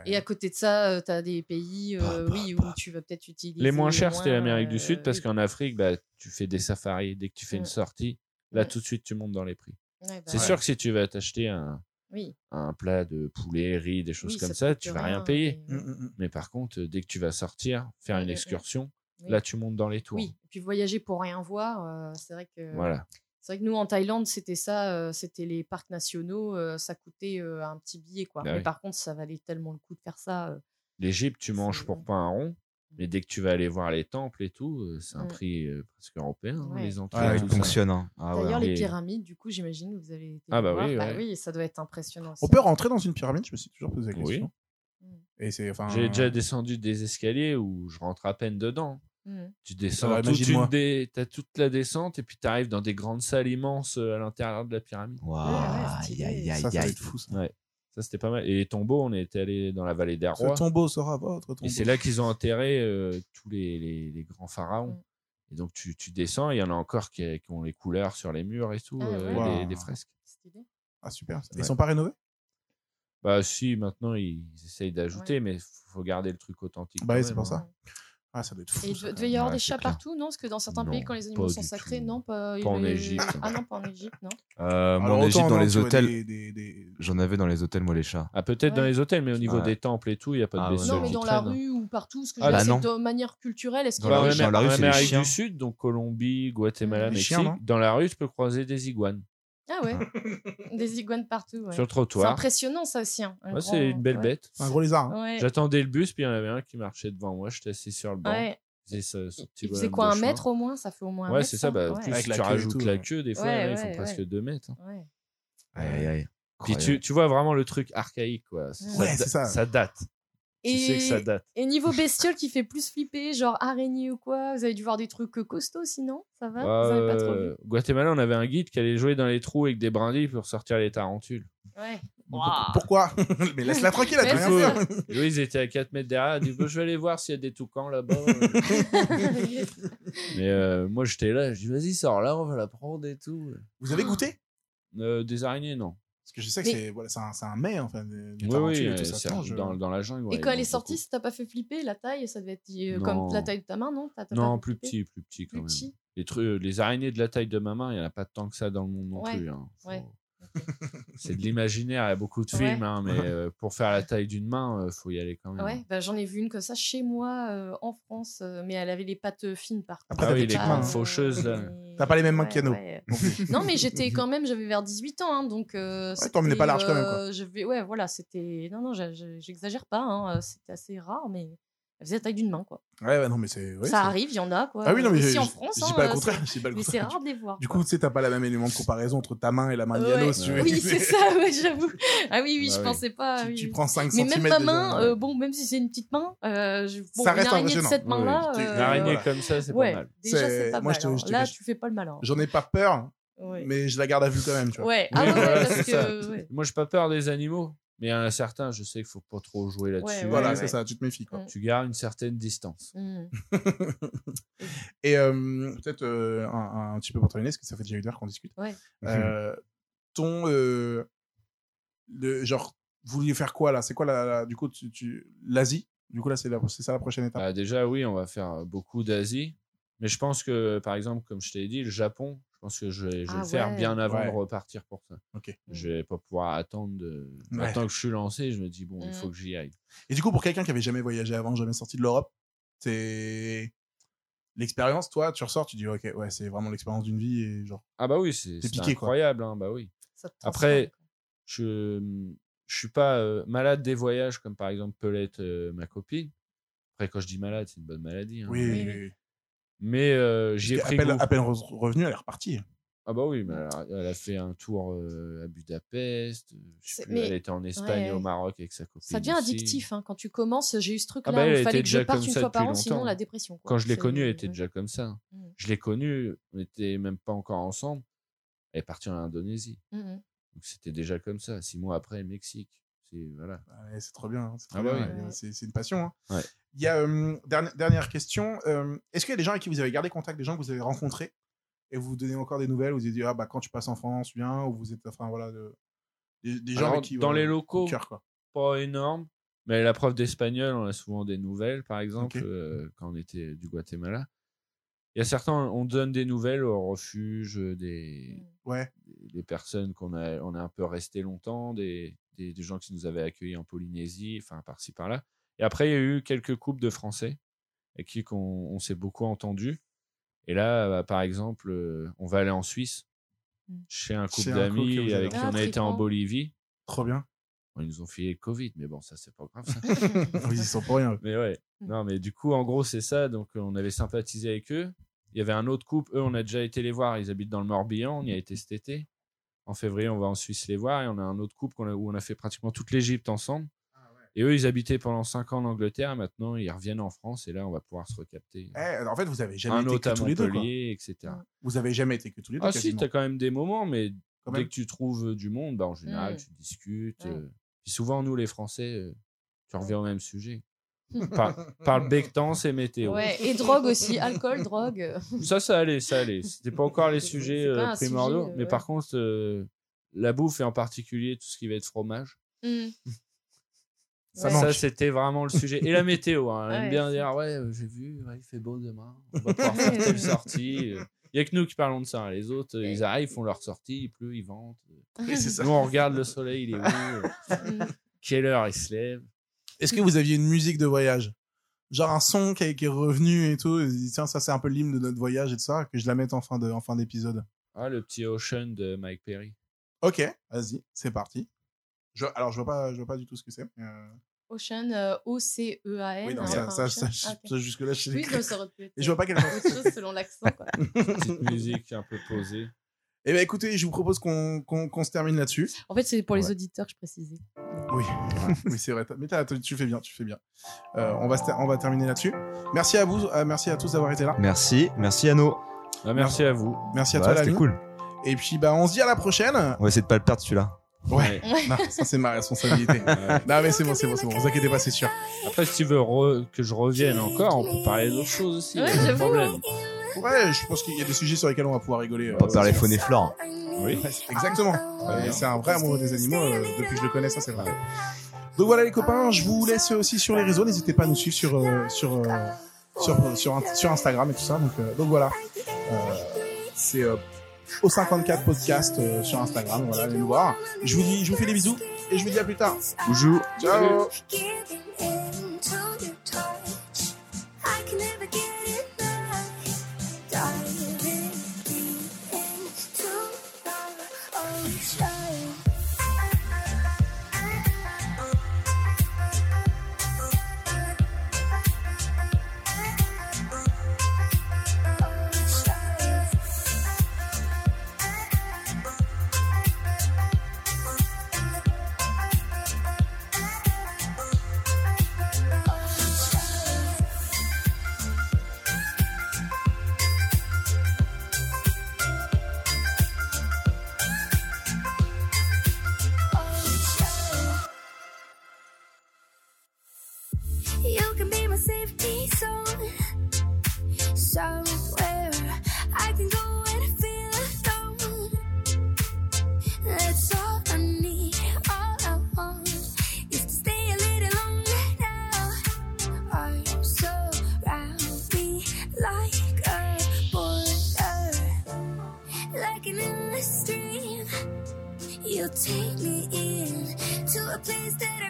Et à côté de ça, tu as des pays euh, oui, où tu vas peut-être utiliser.
Bah, Les moins
au
chers, c'était
moins,
l'Amérique
euh,
du Sud parce
oui.
qu'en Afrique, bah, tu fais des safaris. Dès que tu fais une
Ouais.
sortie, là,
Ouais.
tout de suite, tu montes dans les prix.
Ouais, bah,
C'est
ouais.
sûr que si tu vas t'acheter un,
Oui.
un plat de poulet, riz, des choses
Oui,
comme
te
ça,
coûte
tu vas rien payer.
mais-
Mm, mm, mm.
Mais par contre, euh, dès que tu vas sortir, faire
Ouais,
une
ouais,
excursion,
ouais.
là, tu montes dans les tours.
Oui, et puis voyager pour rien voir, euh, c'est vrai que.
Voilà.
C'est vrai que nous, en Thaïlande, c'était ça, euh, c'était les parcs nationaux, euh, ça coûtait euh, un petit billet, quoi.
Bah
mais
oui.
par contre, ça valait tellement le coup de faire ça. euh.
L'Égypte, tu
C'est- Mmh.
manges pour pas un rond. Mais dès que tu vas aller voir les temples et tout, euh, c'est un
Ouais.
prix euh, presque européen, hein,
Mmh. Ouais.
les entrées.
Ah,
Ouais,
il
tout
il
ça.
fonctionne. hein. Ah ouais,
D'ailleurs,
hein.
et-
les pyramides, du coup, j'imagine que vous avez été
Ah
les
bah
voir.
oui,
bah
ouais.
oui, ça Mm. doit être impressionnant.
On
ça.
peut rentrer dans une pyramide, je me suis toujours posé la
Oui.
question. Et c'est, enfin,
J'ai déjà descendu des escaliers où je rentre à peine dedans.
Mhm.
Tu descends,
Alors,
toute
imagine-moi.
une des- t'as toute la descente et puis t'arrives dans des grandes salles immenses euh, à l'intérieur de la pyramide.
Waouh,
stylé.
aïe, aïe,
ça,
aïe,
ça va
aïe.
être fou. Ça.
Ça c'était pas mal. Et les tombeaux, on était allé dans la vallée des
Ce
rois.
tombeau sera votre tombeau.
Et c'est là qu'ils ont enterré euh, tous les, les- les grands pharaons.
Mm.
Et donc tu, tu descends, il y en a encore qui, qui ont les couleurs sur les murs et tout,
Ah,
euh,
ouais.
les-
Wow.
les fresques.
Stylé.
Ah super. Ils
Ouais.
sont pas rénovés
Bah si, maintenant ils ils essayent d'ajouter, mais f- faut garder le truc authentique.
Bah
quand
oui, c'est
même,
pour
hein.
ça. Ah, ça doit être fou.
Et il
ça.
Euh,
doit- devait y avoir
Ouais,
des
c'est
chats
clair.
partout, non Parce que dans certains
Non,
pays, quand les animaux
pas
sont
du
sacrés,
tout.
non pas,
Pas en
les-
Égypte.
Ah non, pas en Égypte, non.
Euh, moi,
Alors,
en
autant
Égypte, dans
Inde,
les
tu vois,
hôtels,
des- des- des-
j'en avais dans les hôtels, moi, les chats.
Ah peut-être dans
Ouais.
les hôtels, mais au niveau
Ouais.
des temples et tout, il n'y a pas
Ah
de
ouais.
vaisseaux.
Non, mais
qui
dans la
traînent.
rue ou partout, ce que je
Ah,
veux
bah
dire, c'est
non.
que de manière culturelle, est-ce
Dans
qu'il y
la
Bah,
a
en
rue,
des
c'est-
Amé-
dans la rue,
en
c'est les
Amérique
chiens.
du Sud, donc Colombie, Guatemala,
Les
Mexique,
chiens, non
dans la rue, tu peux croiser des iguanes
Ah ouais, des iguanes partout. ouais.
sur le
C'est
trottoir.
impressionnant ça aussi. hein, un
Ouais,
grand-
c'est une belle
ouais.
bête.
Un gros lézard. hein.
Ouais.
J'attendais le bus, puis il y en avait un qui marchait devant moi, j'étais assis sur le banc.
Ouais.
Il faisait ce- son petit
Il faisait
bonhomme
quoi,
de
un
chemin.
mètre au moins Ça fait au moins un
hein. Ouais,
mètre,
c'est ça.
hein.
Bah, en
Ouais.
plus,
Avec
tu
la queue et
rajoutes
tout,
la
ouais.
queue, des fois,
Ouais,
là, ils font
ouais,
presque
ouais.
2 mètres. hein.
Ouais.
Aïe, aïe, aïe.
Puis tu,
Incroyable.
tu vois vraiment le truc archaïque, quoi. da-
Ouais,
c'est ça.
date.
Et,
Tu sais que ça date.
et niveau bestiole qui fait plus flipper, genre araignée ou quoi Vous avez dû voir des trucs euh, costauds sinon Ça va Vous avez pas trop vu
Euh, Guatemala, on avait un guide qui allait jouer dans les trous avec des brindilles pour sortir les tarentules.
Ouais.
Pour- Pourquoi Mais laisse-la tranquille, elle
Ouais,
te
c'est
rien
ça.
faire.
Eux, ils étaient à 4 mètres derrière. Du coup, je vais aller voir s'il y a des toucans là-bas. Mais euh, moi, j'étais là. Je dis, vas-y, sors là, on va la prendre et tout.
Vous avez goûté
Euh, des araignées, non.
Parce que je sais que
Mais-
c'est voilà, c'est un, c'est un mets, enfin. des- des
Oui,
tarentules
oui,
et
euh,
tout ça.
c'est
Attends, je-
dans, dans la jungle. ouais,
et quand
ils
elle est
mangent
sortie, ça t'a pas fait flipper La taille, ça devait être euh,
Non.
comme la taille de ta main, non T'as-
beaucoup.
t'as pas
Non,
fait
plus
flipper
petit, plus petit quand
Plus
même.
petit
Les, tru- euh, les araignées de la taille de ma main, il n'y en a pas tant que ça dans le monde non
Ouais,
plus. hein. Faut-
ouais.
C'est de l'imaginaire, il y a beaucoup de
Ouais.
films, hein, mais euh, pour faire la taille d'une main, il faut y aller quand même.
Ouais, bah, j'en ai vu une comme ça chez moi euh, en France, euh, mais elle avait les pattes fines par contre.
Après,
Ah
t'as
oui,
des
les
petites
grandes
mains. hein.
faucheuses, là.
Mais-
T'as pas les mêmes mains
ouais,
qu'Yano.
ouais. non, mais j'étais quand même, j'avais vers 18 ans, hein, donc. Euh,
Ouais, t'emmenais pas
c'était,
large quand même, quoi.
euh, je vais, ouais, voilà, c'était. Non, non, j'a- j'a- j'exagère pas, hein, euh, c'était assez rare, mais elle faisait la taille d'une main, quoi.
Ouais, ouais, non, mais c'est. ouais,
ça
c'est-
arrive, il y en a, quoi.
Ah oui, non, mais je,
Aussi en
je-
France,
je dis
hein,
pas le
euh,
contraire. Je dis pas
c'est-
le
Mais c'est
contraire.
rare de les voir.
Du
quoi.
coup, tu sais, t'as pas la même élément de comparaison entre ta main et la main de
Ouais.
Yano, si tu veux.
Oui, c'est ça, ouais, j'avoue. Ah oui, oui,
Bah
je
oui.
pensais pas.
Tu,
oui.
tu prends 5 cm.
mais même ma main, euh, bon, même si c'est une petite main, euh, je... bon,
hein, Ça reste
une araignée de
impressionnant.
cette main-là.
Oui, oui.
euh,
Une araignée
voilà.
comme ça, c'est
ouais,
pas mal.
Déjà,
C'est-
c'est pas
moi,
mal.
je te-
hein.
je te
Là,
cache-
tu fais pas le malin.
J'en ai pas peur,
Ouais.
mais je la garde à vue quand même, tu vois.
Ouais. Ah
Oui,
ouais,
voilà,
parce
c'est ça.
que. ouais.
Moi, j'ai pas peur des animaux, mais il y en a certains, je sais qu'il faut pas trop jouer là-dessus.
ouais,
voilà,
ouais.
c'est ça, tu te méfies. Quoi.
Mm.
Tu gardes une certaine distance.
Mm.
Et euh, peut-être euh, un, un petit peu pour terminer, parce que ça fait déjà une heure qu'on discute.
Ouais.
Mmh.
Euh, ton. euh, le, genre, vous vouliez faire quoi là C'est quoi la, la- Du coup, tu, tu- l'Asie Du coup, là, c'est la- c'est ça la prochaine étape.
Bah, déjà, oui, on va faire beaucoup d'Asie, mais je pense que, par exemple, comme je t'ai dit, le Japon, je pense que je vais, je vais
Ah
le faire
ouais.
bien avant de
Ouais.
repartir pour ça.
Ok.
Je vais pas pouvoir attendre. De...
Ouais. Mmh.
Maintenant que je suis lancé, je me dis, bon,
Mm.
il faut que j'y aille.
Et du coup, pour quelqu'un qui avait jamais voyagé avant, jamais sorti de l'Europe, c'est l'expérience. Toi, tu ressors, tu dis ok, ouais, c'est vraiment l'expérience d'une vie et genre.
Ah bah oui, c'est
T'es
c'est
piqué, quoi. Ah,
incroyable, hein, bah oui.
Ça te
Après, je mmh, je suis pas euh, malade des voyages comme par exemple peut l'être euh, ma copine. Après, quand je dis malade, c'est une bonne maladie. hein.
Oui.
oui,
Mais euh, j'y ai
Parce
pris
qu'à peine-
goût.
à peine re- revenue, elle est repartie.
Ah bah oui, mais
Mmh.
elle, a, elle a fait un tour euh, à Budapest. euh, je sais
C'est-
plus,
mais-
elle était en Espagne et au
ouais.
Maroc avec sa copine.
Ça devient
aussi.
addictif hein, quand tu commences. J'ai eu ce
Ah
truc-là
bah,
où
elle
il fallait
était
que je
déjà
parte
comme
une
ça
fois par an,
depuis
sinon
longtemps.
la dépression. quoi.
Quand je l'ai
C'est-
connue, elle était
ouais.
déjà comme ça. hein.
Mm.
Je l'ai connue, on n'était même pas encore ensemble. Elle est partie en Indonésie.
Mm, mm.
Donc c'était déjà comme ça. Six mois après, le Mexique. C'est voilà.
Ouais, c'est trop bien. hein, C'est trop
Ah bah
bien,
oui.
ouais, c'est- c'est une passion. hein.
Ouais.
Il y a euh, dernière, dernière question. euh, Est-ce qu'il y a des gens avec qui vous avez gardé contact, des gens que vous avez rencontrés et vous vous donnez encore des nouvelles, vous vous dites ah bah quand tu passes en France, viens ou vous êtes enfin voilà de- des, des gens
Alors,
avec qui
dans
voilà,
les
coup de
locaux,
cœur, quoi.
pas énorme. Mais la prof d'espagnol, on a souvent des nouvelles, par exemple,
Ok.
euh, quand on était du Guatemala. Il y a certains, on donne des nouvelles au refuge des,
Ouais.
des personnes qu'on a, on a un peu resté longtemps, des, des, des gens qui nous avaient accueillis en Polynésie, enfin par-ci par-là. Et après, il y a eu quelques couples de Français avec qui qu'on- on, s'est beaucoup entendu. Et là, bah, par exemple, euh, on va aller en Suisse
Mm.
chez un couple
Chez un couple que vous
d'amis
avez
avec qui
rencontré.
on a
Ah,
été en
fréquent.
Bolivie.
Trop bien.
Bon, ils nous ont filé le Covid, mais bon, ça, c'est pas grave. ça.
Oh, Ils y sont pour rien. eux.
Mais ouais.
Mmh.
Mm.
Non, mais du coup, en gros, c'est ça. Donc, euh, on avait sympathisé avec eux. Il y avait un autre couple. Eux, on a déjà été les voir. Ils habitent dans le Morbihan. On
Mmh.
y a été cet été.
Ah
En février, on va en Suisse les voir. Et on a un autre couple qu'on a- où on a fait pratiquement toute l'Égypte ensemble. Et eux, ils habitaient pendant 5 ans en Angleterre. Maintenant, ils reviennent en France et là, on va pouvoir se recapter.
Eh, en fait, vous avez jamais
Un
été
autre
que
à
tous les deux. quoi.
Montpellier, etc.
Vous avez jamais été que tous les deux.
Ah si,
quasiment.
t'as quand même des moments, mais
Quand
dès
même.
que tu trouves du monde, bah, en général,
Mm.
tu discutes.
Mm.
euh, Puis souvent, nous, les Français, euh, tu reviens au même sujet. par, par bectance et météo.
Ouais, et drogue aussi, alcool, drogue.
Ça, ça allait, ça allait. C'était pas encore les sujets
C'est pas
euh,
un sujet,
primordiaux.
euh,
mais
ouais.
par contre, euh, la bouffe et en particulier tout ce qui va être fromage,
Hmm.
Ça
Ouais.
manque.
ça, c'était vraiment le sujet. Et la météo, hein. elle
Ouais,
aime bien
c'est-
dire Ouais, euh, j'ai vu, ouais, il fait beau demain, on va pouvoir faire telle sortie. euh. Il y a que nous qui parlons de ça. Les autres, euh, ils arrivent, font leur sortie, il pleut, ils ventent.
Oui, c'est ça.
Nous, on regarde le soleil, il est où euh,
Mm.
Quelle heure il se lève
Est-ce que vous aviez une musique de voyage Genre un son qui, qui est revenu et tout. Et vous dites, tiens, ça c'est un peu l'hymne de notre voyage et tout ça, que je la mette en fin de- en fin d'épisode.
Ah, le petit Ocean de Mike Perry.
Ok, vas-y, c'est parti. Je, alors, je vois pas, je vois pas du tout ce que c'est. mais, euh,
Ocean, euh, O-C-E-A-N.
oui, Eh non,
hein,
ça,
enfin,
ça,
Ocean.
ça,
Ah, ok.
ça, jusque-là, je
Oui, non, ça aurait pu être,
Et je vois pas quelle
euh, autre chose selon l'accent. quoi.
Petite musique un peu posée.
Eh ben, écoutez, je vous propose qu'on qu'on qu'on se termine là-dessus.
En fait, c'est pour les
Ouais.
auditeurs que je précisais.
Oui, oui c'est vrai. t'as- Mais t'as- tu fais bien, tu fais bien. Euh, on, va se ter- on va terminer là-dessus. Merci à vous, euh, merci à tous d'avoir été là.
Merci, merci Anno.
Ah, merci à vous.
Merci à
Bah,
toi,
C'était
l'ami.
cool.
Et puis, bah, on se dit à la prochaine.
On va essayer de pas le perdre celui-là.
Ouais, non, ça, c'est ma responsabilité.
Ouais.
non, mais c'est bon, c'est bon, c'est bon. Vous inquiétez pas, c'est sûr.
Après, si tu veux re- que je revienne encore, on peut parler d'autres choses aussi.
Ouais,
y a pas de
j'avoue. hein.
problème.
Ouais, je pense qu'il y a des sujets sur lesquels on va pouvoir rigoler. euh,
Bah,
On va parler
aussi.
faune et flore.
Oui.
Ah Ouais, c'est- Exactement.
Très
Et
bien.
C'est un vrai amour des animaux. euh, depuis que je le connais, ça, c'est vrai. Donc voilà, les copains, je vous laisse aussi sur les réseaux. N'hésitez pas à nous suivre sur, euh, sur, euh, sur, sur, in- sur Instagram et tout ça. Donc, euh, donc voilà. Euh, c'est euh, au 54 podcast euh, sur Instagram. Voilà, allez nous voir. Je vous, dis, je vous fais des bisous et je vous dis à plus tard.
Bonjour.
Ciao!
Giving in to your touch, I can never get enough. Diving deep into the ocean. Ocean. You can be my safety zone. Somewhere I can go when I feel alone. That's all I need, all I want is to stay a little longer now. Arms surround me like a border, like an endless dream. You take me in to a place that I